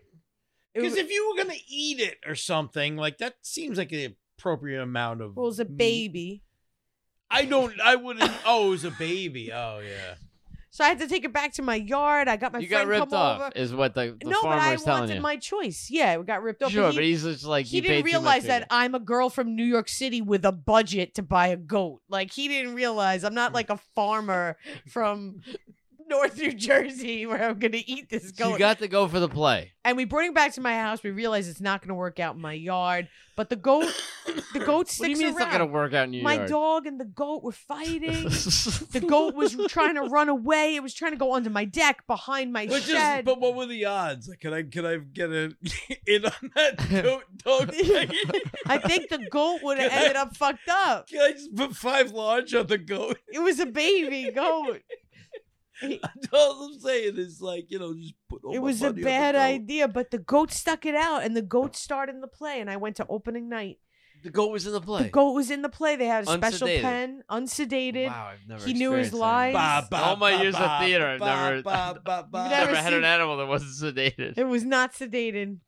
It Because was, if you were gonna eat it or something, like that seems like the appropriate amount of. well, it was a Mm. meat. baby, I don't. I wouldn't. Oh, it was a baby. Oh yeah. so I had to take it back to my yard. I got my you got friend ripped come off, over. is what the, the no, but I farmer's telling wanted you. my choice. Yeah, it got ripped off. sure, he- but he's just like he you didn't paid too much realize for that it. I'm a girl from New York City with a budget to buy a goat. Like he didn't realize I'm not like a farmer from North New Jersey where I'm gonna eat this So goat. you got to go for the play. and we bring him back to my house. We realize it's not gonna work out in my yard. But the goat, the goat sticks What do you mean it's not gonna around. work out in New my York? dog and the goat were fighting. the goat was trying to run away. It was trying to go under my deck behind my But just, shed. but what were the odds? Like, could I could I get a, in on that goat dog thing? I think the goat would have ended up fucked up. Can I just put five large on the goat? It was a baby goat. All I'm saying is like, you know, just put. All it my was a money on the bad goat. idea, but the goat stuck it out, and the goat started in the play. And I went to opening night. the goat was in the play. The goat was in the play. They had a special Unsedated. pen, unsedated. Wow, I've never He knew his experienced that. lines. Ba, ba, All my ba, years of ba, theater, I've never- ba, ba, ba, You've I've never Never had an seen- animal that wasn't sedated. It was not sedated.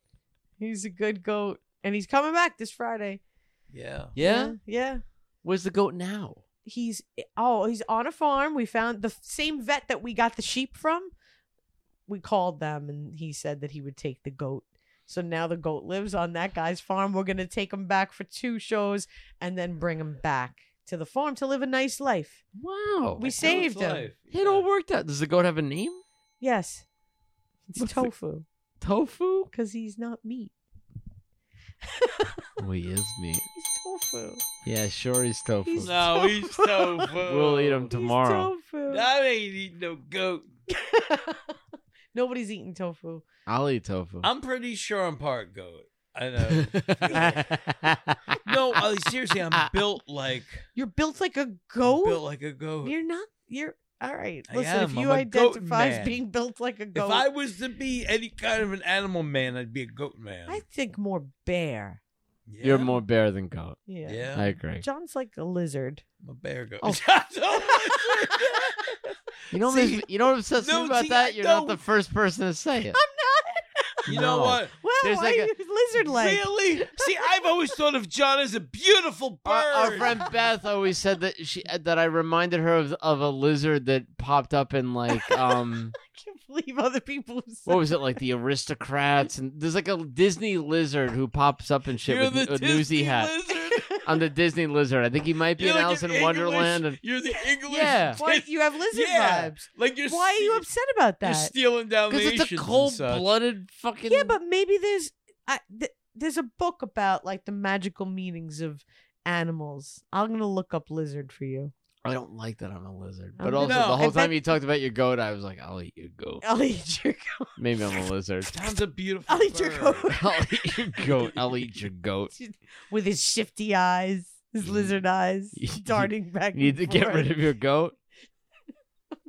He's a good goat, and he's coming back this Friday. Yeah. yeah? yeah. Where's the goat now? He's oh, he's on a farm. We found the same vet that we got the sheep from. We called them, and he said that he would take the goat. So now the goat lives on that guy's farm. We're gonna take him back for two shows, and then bring him back to the farm to live a nice life. Wow. We saved him. it all worked out. Does the goat have a name? Yes, it's What's the- tofu Tofu? because he's not meat. Oh, he is meat. He's tofu. Yeah, sure he's tofu. He's- No, he's so. We'll eat him tomorrow. He's tofu. I ain't eating no goat. Nobody's eating tofu. I'll eat tofu. I'm pretty sure I'm part goat. I know. no, uh, seriously, I'm built like You're built like a I'm goat. built like a goat. You're not. You're all right. I Listen, if am. you I'm a goat identify as man. being built like a goat, If I was to be any kind of an animal man, I'd be a goat man. I think more bear. Yeah. You're more bear than goat. Yeah. Yeah, I agree. John's like a lizard. I'm a bear goat. Oh. You know, See- you know what upsets No, me about see, I that? You're not don't- the first person to say it. you know No. what? Well, There's why like are a- you lizard like? Really? See, I've always thought of John as a beautiful bird. Our, our friend Beth always said that she that I reminded her of, of a lizard that popped up in like um I can't believe other people have said what was it like the aristocrats and there's like a Disney lizard who pops up and shit You're with the a newsy Disney hat. lizard. I'm the Disney lizard. I think he might be You're in like Alice in English- Wonderland. And, You're the English. Yeah. why you have lizard Yeah. vibes. Like you're. Why are you ste- upset about You're that? stealing because Dalmatians. it's a and such. cold-blooded fucking. Yeah, but maybe there's I, th- there's a book about like the magical meanings of animals. I'm gonna look up lizard for you. I don't like that I'm a lizard. I But don't also, know. the whole I time bet- you talked about your goat, I was like, I'll eat your goat. I'll eat your Maybe I'm a lizard. John's a beautiful. I'll eat Oh, your bird. goat. I'll eat your goat. I'll eat your goat. with his shifty eyes, his lizard eyes, You- darting back. You need to and get forth. rid of your goat.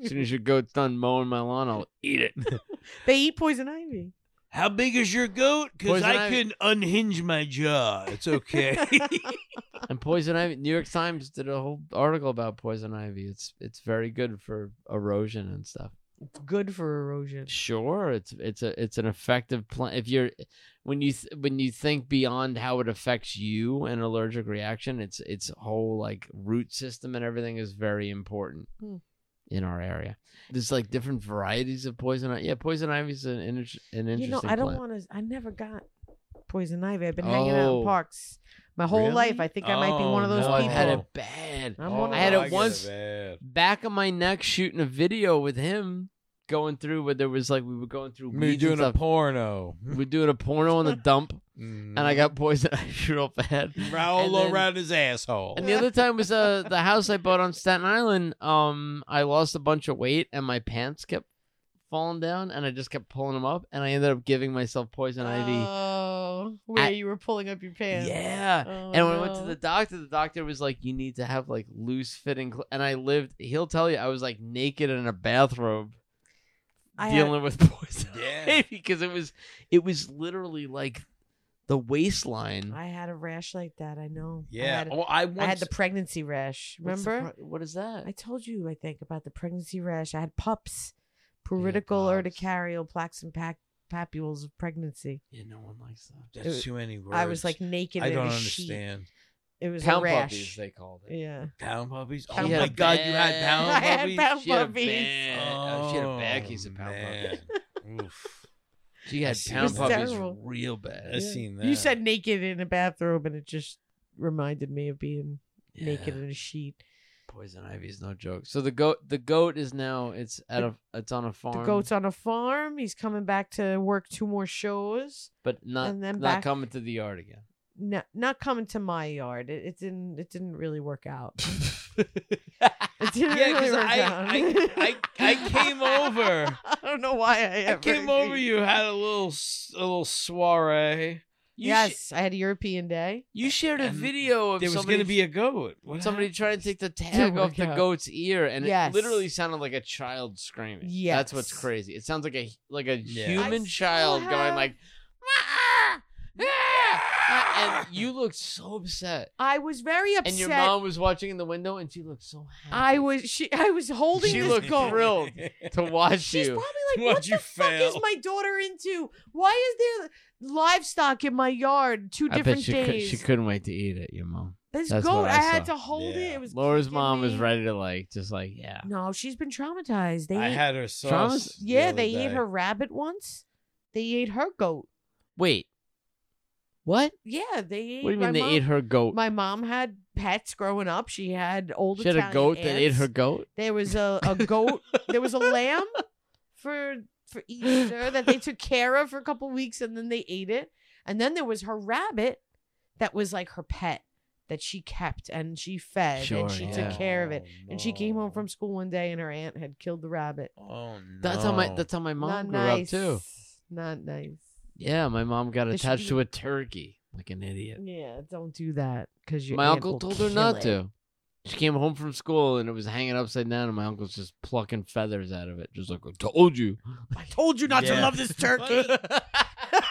As soon as your goat's done mowing my lawn, I'll eat it. They eat poison ivy. How big is your goat? Because Poison I ivy. can unhinge my jaw. It's okay. And poison ivy. New York Times did a whole article about poison ivy. It's it's very good for erosion and stuff. Good for erosion. Sure, it's it's a it's an effective plant. If you're when you th- when you think beyond how it affects you and allergic reaction, it's its whole like root system and everything is very important Hmm. in our area. There's like different varieties of poison. i- Yeah, poison ivy is an, inter- an interesting You know, I don't plant. want to. I never got poison ivy. I've been hanging out Oh. in parks my whole Really? life. I think I might be one of Oh, those no, I've people. had it bad. I'm one of I had those- it once. Back of my neck shooting a video with him going through where there was like we were going through Me weeds and doing a stuff. porno. we're doing a porno in the dump, And and I got poison ivy real bad. and Raul then- around his asshole. And the other time was uh, the house I bought on Staten Island. Um, I lost a bunch of weight and my pants kept falling down, and I just kept pulling them up, and I ended up giving myself poison ivy. Oh, where At- you were pulling up your pants. Yeah. Oh, and when I went to no. the doctor, the doctor was like, "You need to have like loose fitting." Cl-. And I lived. He'll tell you, I was like naked in a bathrobe, I had- dealing with poison Yeah. ivy because it was, it was literally like the waistline. I had a rash like that. I know. I Yeah. had, a- Oh, I I had once. the pregnancy rash. What's the Remember? pro- what is that? I told you, I think, about the pregnancy rash. I had pups, puridical pups. urticarial plaques and pac- papules of pregnancy. yeah, no one likes that. That's too many words. I was like naked. I in don't a sheet. understand. It was Pound a rash. puppies, they called it. yeah. Pound puppies. Pound oh my puppies. god, you had pound I had puppies. pound she had a puppies. bad- uh, she had a bad Oh, case of pound man. puppies. Oof. She I had see pound that. puppies Terrible. real I bad. seen that. You said naked in a bathrobe, and it just reminded me of being naked Yeah. in a sheet. Poison ivy is no joke. So the goat, the goat is now it's at a it's on a farm. The goat's on a farm. He's coming back to work two more shows. but not and then not back- coming to the yard again. No, not coming to my yard. It, it didn't. It didn't really work out. It didn't Yeah, really 'cause work I- out. I- I- I came over. I don't know why I I ever came over. You had a little s- a little soiree. You yes, sh- I had a European day. you shared a And video of There was somebody going to be a goat. What somebody happened? trying to take the tag off work the out. goat's ear, and Yes. it literally sounded like a child screaming. that's what's Yes. crazy. It sounds like a like a Yeah. I human still child going have- like. "Ah, ah," And you looked so upset. I was very upset. And your mom was watching in the window, and she looked so happy. I was she. I was holding She this looked goat. thrilled to watch She's you. probably Why'd like, "What you the fuck is fail?" my daughter into? Why is there livestock in my yard two I bet different she, days?" couldn't wait to eat it. Your mom, this That's goat, what I, I had saw. to hold it. Yeah. It was Laura's kicking mom was me. ready to like, just like, yeah. No, she's been traumatized. They I ate- had her sauce. Traumas? the yeah, other they day. ate her rabbit once. They ate her goat. Wait, what? Yeah, they ate. What do you my mean they mom, ate her goat? My mom had pets growing up. She had old. she had a Italian goat that ate aunts. her goat. There was a, a goat. there was a lamb for for Easter that they took care of for a couple weeks, and then they ate it. And then there was her rabbit that was like her pet that she kept and she fed Sure, and she yeah. took care of it. Oh, And she came home no. from school one day, and her aunt had killed the rabbit. Oh no. That's how my that's how my mom Not grew nice. up too. Not nice. Yeah, my mom got There should attached be- to a turkey like an idiot. Yeah, don't do that because your My aunt uncle will told her kill not it. to. She came home from school and it was hanging upside down, and my uncle's just plucking feathers out of it, just like I told you. I told you not Yeah. to love this turkey.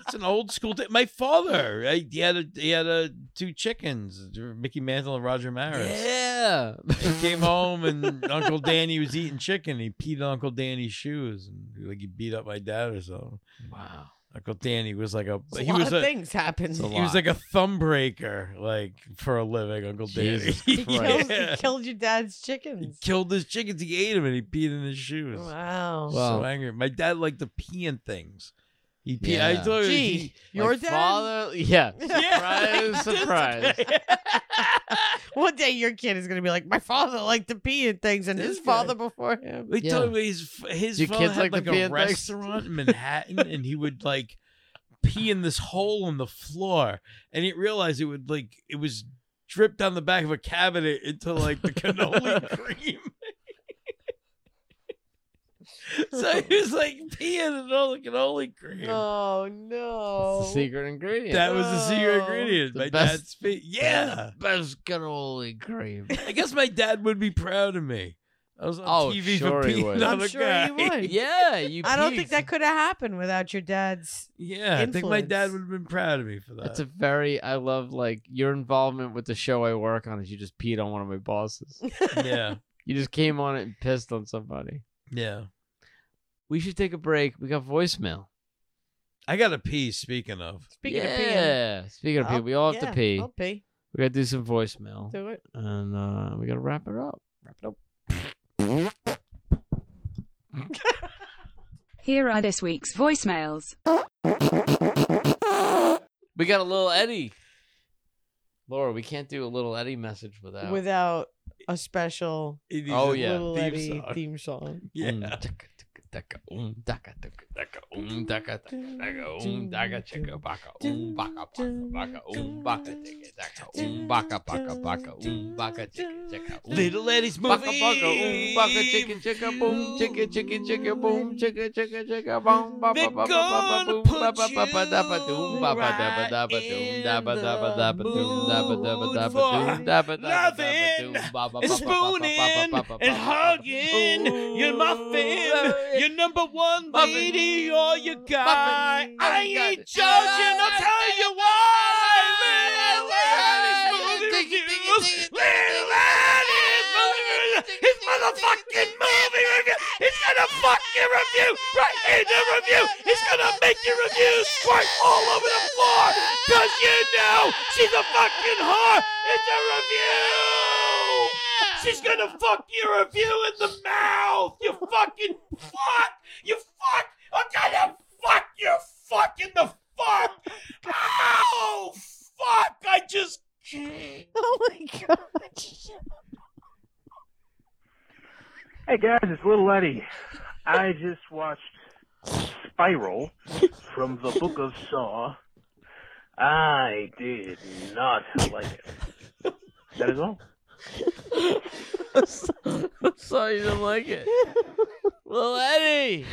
It's an old school. Di- my father, right? he had a, he had a, two chickens, Mickey Mantle and Roger Maris. Yeah, He came home and Uncle Danny was eating chicken. He peed on Uncle Danny's shoes and like he beat up my dad or something. Wow. Uncle Danny was like a There's a he lot was of a, things happen. It's a he was lot. like a thumb breaker like for a living. Uncle Danny. Jesus He, killed, he Yeah. killed your dad's He chickens. killed his chickens. He ate him and he peed in his shoes. Wow. Well- So angry. My dad liked to pee in things. He pee. I Yeah. told you. Gee, he- your My dad. father, yeah. Yeah. Surprise, surprise. One day your kid is gonna be like, my father liked to pee in things, and his This guy. father before him. They Yeah. told me his f- his Do father kids had like to like, pee a in things? restaurant in Manhattan, and he would like pee in this hole in the floor, and he realized it would like it was dripped down the back of a cabinet into like the cannoli cream. so he was like peeing in all the cannoli cream. Oh no. It's the secret ingredient. that was the secret no. ingredient. The My best- dad's pee. Yeah. best cannoli cream. I guess my dad would be proud of me. I was on Oh, TV sure for he being would. another I'm sure guy. you would. Yeah, you. I don't peaked. think that could have happened without your dad's. Yeah, I think my Influence. dad would have been proud of me for that. That's a very. I love like your involvement with the show I work on. Is you just peed on one of my bosses. yeah, you just came on it and pissed on somebody. yeah. We should take a break. We got voicemail. I got a pee. Speaking of, Speaking yeah. of peeing, Speaking of pee, I'll- we all have yeah, Oh. to pee. I'll pee. We gotta do some voicemail, Do it. and uh, we gotta wrap it up. Wrap it up. Here are this week's voicemails. We got a little Eddie. Laura, we can't do a little Eddie message without. Without a special It is Oh, a yeah. little theme Eddie song. theme song. yeah. Um, taka, taka, taka, um, taka, taka, taka, Mm, um, taka, taka, taka, um, taka, chicka, baka, um, baka, baka, baka, um, baka, ticka, taka, um, baka, baka, baka, um, baka, chicka, chicka, um, Little Eddie's movie. baka, baka, um, baka, chicka, chicka, boom, chicka, chicka, chicka, boom, chicka, chicka, chicka, boom, ba, ba, They're ba, ba, ba, gonna boom, put ba, ba, ba, ba, da, ba, doom, ba, ba, da, ba, da, ba, doom, da, ba, da, ba, da, ba, doom, da, ba, da, ba, da, ba, doom, da, ba, da, ba, da, ba, Loving doom, ba, ba, ba, ba, ba, ba, and ba, spooning ba, ba, ba, and hugging. Ooh. You're muffin. You're number one Muffin. lady or your guy. Muffin. I ain't judging. I'll tell you why. Little Eddie's movie reviews. Little Eddie's movie reviews. His motherfucking movie review. It's gonna fuck your review right in the review. It's gonna make your review squirt all over the floor. Cause you know she's a fucking whore. It's a review. She's gonna fuck your review in the mouth. You fucking fuck. You fuck. I'm gonna fuck you fucking the fuck. Ow! Fuck! I just. Oh my god! Hey guys, it's Little Eddie. I just watched Spiral from the Book of Saw. I did not like it. That is all. I'm sorry you didn't like it. Little Eddie,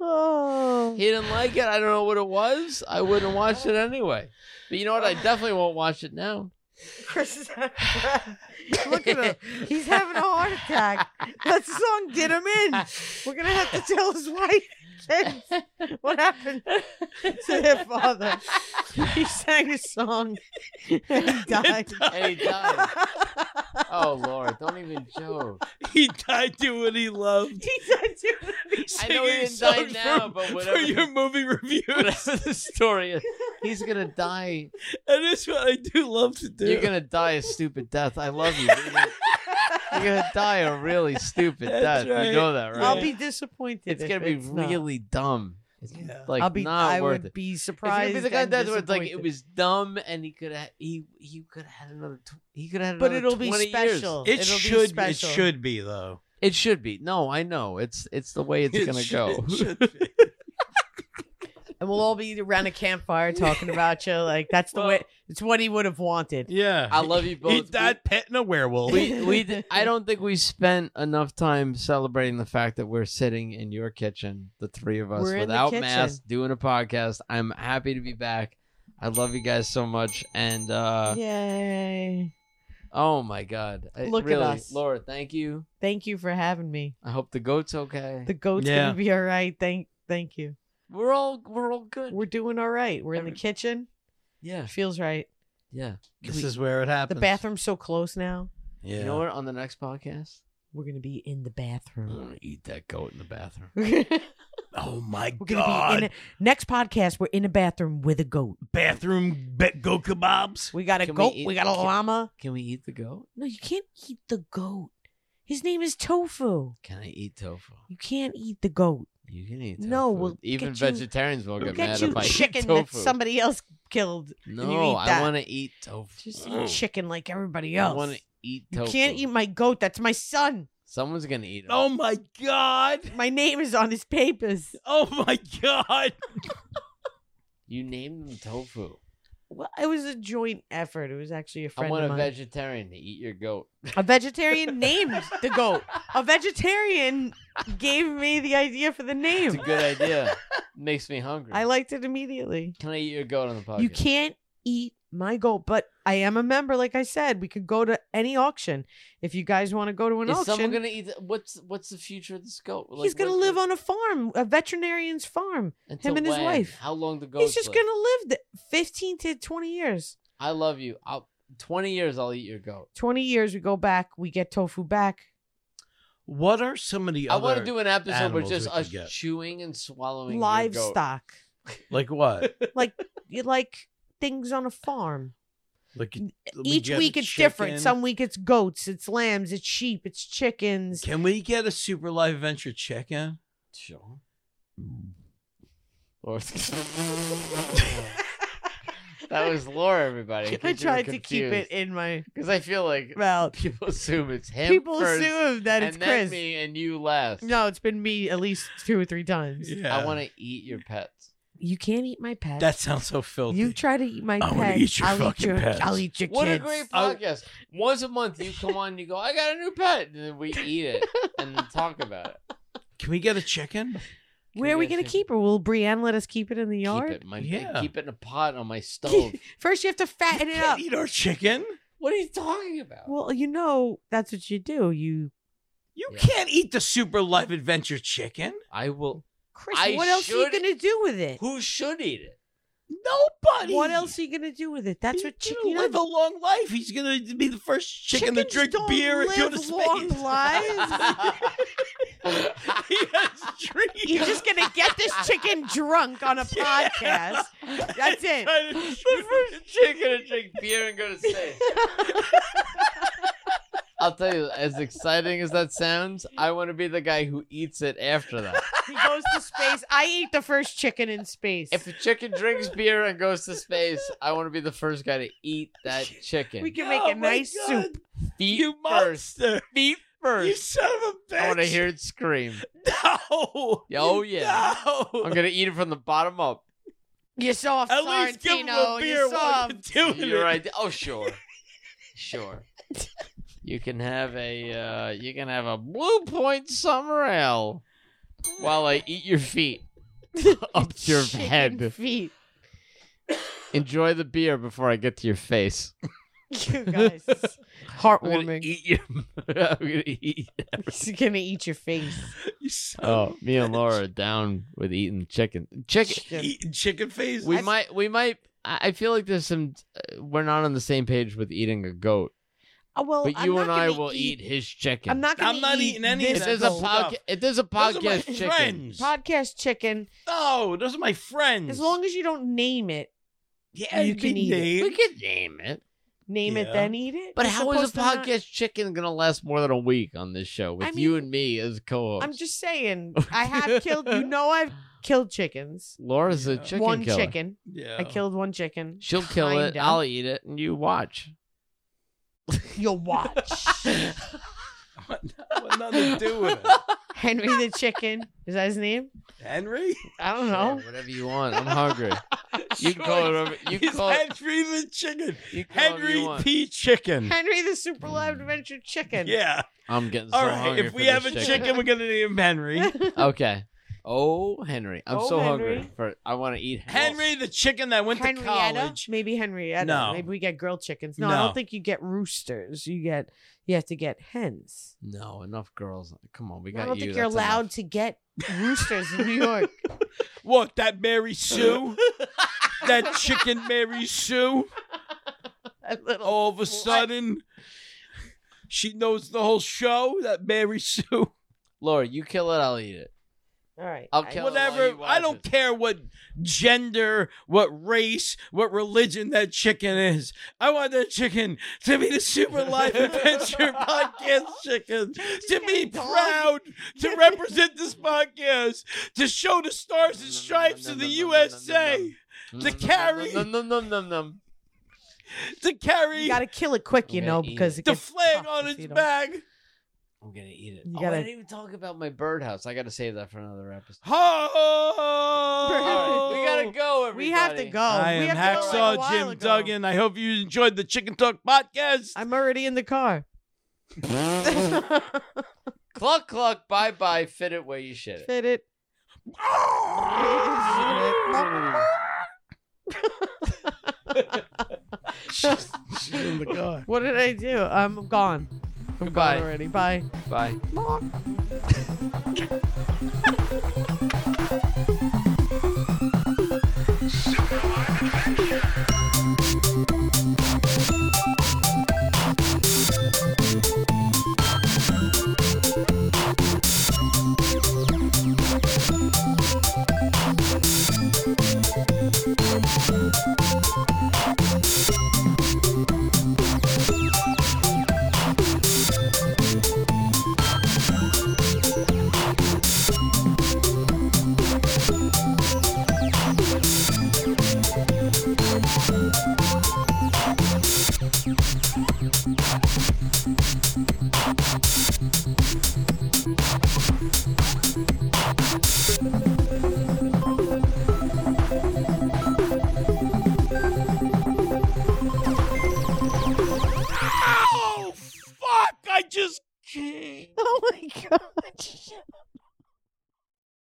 Oh. he didn't like it. I don't know what it was. I wouldn't watch it anyway. But you know what? I definitely won't watch it now. Chris is Look at him. He's having a heart attack. That song did him in. We're going to have to tell his wife kids, what happened to their father. He sang a song and he died. And he died. Oh Lord, don't even joke. He died doing what he loved. He died too. I know Singing he didn't die songs now, for- but for whatever- your movie reviews. Whatever the story is, he's gonna die. And that's what I do love to do. You're gonna die a stupid death. I love you. but You're you're gonna die a really stupid That's death. You right. know that, right? I'll be disappointed. it's if gonna be not. really dumb. It's Yeah. like I'll be, not I worth would it. be It's gonna surprised. be the kind of and death where it's like it disappointed. was dumb and he could have he he could have had another tw- he could have had But another it'll be 20 special. years. it It'll be should. It special. should be though. It should be. No, I know. It's it's the way it's It gonna should- go. it should be. and we'll all be around a campfire talking about you. Like that's the way. It's what he would have wanted. yeah. I love you both. He died petting a werewolf. We, we d- I don't think we spent enough time celebrating the fact that we're sitting in your kitchen, the three of us, We're in the without kitchen. masks, doing a podcast. I'm happy to be back. I love you guys so much, and uh, Yay! oh my god, I- Look at really, us. Laura. Thank you. Thank you for having me. I hope the goat's okay. The goat's Yeah. gonna be all right. Thank, thank you. we're all we're all good. We're doing all right. We're in the Every- kitchen. yeah, It feels right. yeah. this is where it The happens. bathroom's so close now. Yeah. You know what? On the next podcast, We're gonna be in the I'm bathroom. gonna eat that goat in the bathroom. We're Oh my gonna be in a, next podcast. We're in a bathroom with a goat. bathroom bet go kebabs. We got a Can we goat. We, eat- got a can- llama. Can we eat the goat? No, you can't eat the goat. His name is Tofu. Can I eat tofu? You can't eat the goat. You can eat tofu. No, we'll even get you- vegetarians will We'll get get mad you if I eat chicken that tofu. somebody else killed. no, you eat I that. want to eat tofu. Just eat chicken like everybody I else. want to eat you tofu. can't eat my goat. That's my son. Someone's gonna eat it. Oh my god. My name is on his papers. Oh my god. You named them tofu. Well, it was a joint effort. It was actually a friend I want of a mine. vegetarian to eat your goat. a vegetarian named the goat. A vegetarian gave me the idea for the It's name. a good idea. Makes me hungry. I liked it immediately. Can I eat your goat on the podcast? You can't eat my goal. But I am a member, like I said. We could go to any auction if you guys want to go to an Is auction. someone gonna eat? What's what's the future of the scope? he's gonna live on a farm, a veterinarian's farm. until him and his when? wife. How long to go? he's just gonna live th- fifteen to twenty years. I love you. I'll twenty years. I'll eat your goat. Twenty years, we go back, we get tofu back. What are some of the I other want to do an episode where animals just we could us get. chewing and swallowing your goat. Livestock, like what? you like things on a farm. Like we Each get week it's different. chicken? Some week it's goats, it's lambs, it's sheep, it's chickens. Can we get a Super Live Adventure chicken? Sure. Or- that was Laura, everybody. I tried to keep it in my because I feel like mouth. people assume it's him. People first, assume that and it's then Chris. me and you last. No, it's been me at least two or three times. Yeah, I want to eat your pets. You can't eat my pet. That sounds so filthy. you try to eat my I wanna pet. eat your I'll fucking eat your, pets. I'll eat your What kids. a great podcast! Once a month, you come on, and you go, "I got a new pet," and then we eat it and then talk about it. Can we get a chicken? Where are we Yes, gonna yes. keep her? Will Brienne let us keep it in the yard? Keep it, my, Yeah. keep it in a pot on my stove. First, you have to fatten it up. Can't eat our chicken. what are you talking about? Well, you know that's what you do. You, You Yeah. can't eat the Super Live Adventure chicken. I will. Chris. I what else are you should- gonna do with it? Who should eat it? Nobody. What else are you gonna do with it? That's He's gonna what chicken. you know, live a long life. He's gonna be the first chicken to chickens drink don't beer and go to live space. long lives. he has dreams. You're just gonna get this chicken drunk on a Yeah. podcast. That's it. the first chick gonna drink beer and go to space. I'll tell you, as exciting as that sounds, I want to be the guy who eats it after that. He goes to space. I ate the first chicken in space. If a chicken drinks beer and goes to space, I want to be the first guy to eat that we chicken. can make Oh a my nice God, soup. Feet You first. monster. Feet You first. son of a bitch. I want to hear it scream. No. Yeah, oh, yeah. No. I'm gonna eat it from the bottom up. You're soft, At least give him Sorrentino. a beer You're while soft. you're doing You're it. right. Oh, sure, sure. You can have a uh, you can have a blue point summer ale while I eat your feet up to your Chicken head. feet. Enjoy the beer before I get to your face. You guys, I'm gonna heartwarming. eat your. I'm gonna eat. He's gonna eat your face. You son Oh, of a me and Laura bitch. are down with eating chicken. Chicken. Eating chicken face. We might. We might. I I feel like there's some. Uh, we're not on the same page with eating a goat. Oh, well, But I'm you not and I gonna will eat, his chicken. I'm not gonna. I'm not eat eating any of If this there's a goat. goat. podcast, if there's Those a are my podcast chicken, friends. podcast chicken. No, those are my friends. Hmm. As long as you don't name it, yeah, you it'd can be eat it. named. we could name it. name it, Yeah. then eat it. But You're how is supposed a to not- podcast chicken gonna last more than a week on this show with I you mean, and me as co-hosts? I'm just saying. I have killed. You know, I've killed chickens. Laura's a Yeah. chicken one killer. chicken. Yeah. I killed one chicken. She'll kill it. Kinda. I'll eat it, and you watch. You'll watch I want nothing to do with it. Henry the chicken. Is that his name? Henry? I don't know. Sure, whatever you want. I'm hungry. You can Sure, call it over. You can He's call it. Henry the chicken. You can call it whatever you Henry want. P. Chicken. Henry the super live adventure chicken. Yeah. I'm getting so All right. hungry. If for we this have a chicken. chicken, we're gonna name him Henry. okay. Oh, Henry, I'm Oh, so hungry Henry. for. I want to eat Henry, the chicken that went Henrietta? to college. Maybe Henrietta. No. Maybe we get grilled chickens. No, I No. don't think you get roosters. You get you have to get hens. No, enough girls. Come on, we got I don't you. think you're That's enough. allowed to get roosters in New York. Look, that Mary Sue. that chicken Mary Sue. A little- All of a sudden, she knows the whole show. That Mary Sue. Laura, you kill it, I'll eat it. All right. I'll I- kill- Whatever. you I don't watch it. care what gender, what race, what religion that chicken is. I want that chicken to be the Super Life Adventure podcast chicken. To be proud to represent this podcast. To show the stars and stripes of the USA. The carry. Num, num, num, num, num. To carry. You gotta kill it quick, you I'm know, gonna eat because it. it the gets flag tough on if you its don't- back. I'm gonna eat it. You oh, gotta- I didn't even talk about my birdhouse. I gotta save that for another episode. Oh, Ho! we gotta go. Everybody. We have to go. I we am have to go Hacksaw like a while Jim ago. Duggan. I hope you enjoyed the Chicken Talk podcast. I'm already in the car. Cluck cluck. Bye bye. Fit it where you shit it. Fit it. Fit it. she's, she's in the car. What did I do? Um, I'm gone. I'm Goodbye. gone already. Bye. Bye. Oh fuck! I just can't. Oh my god.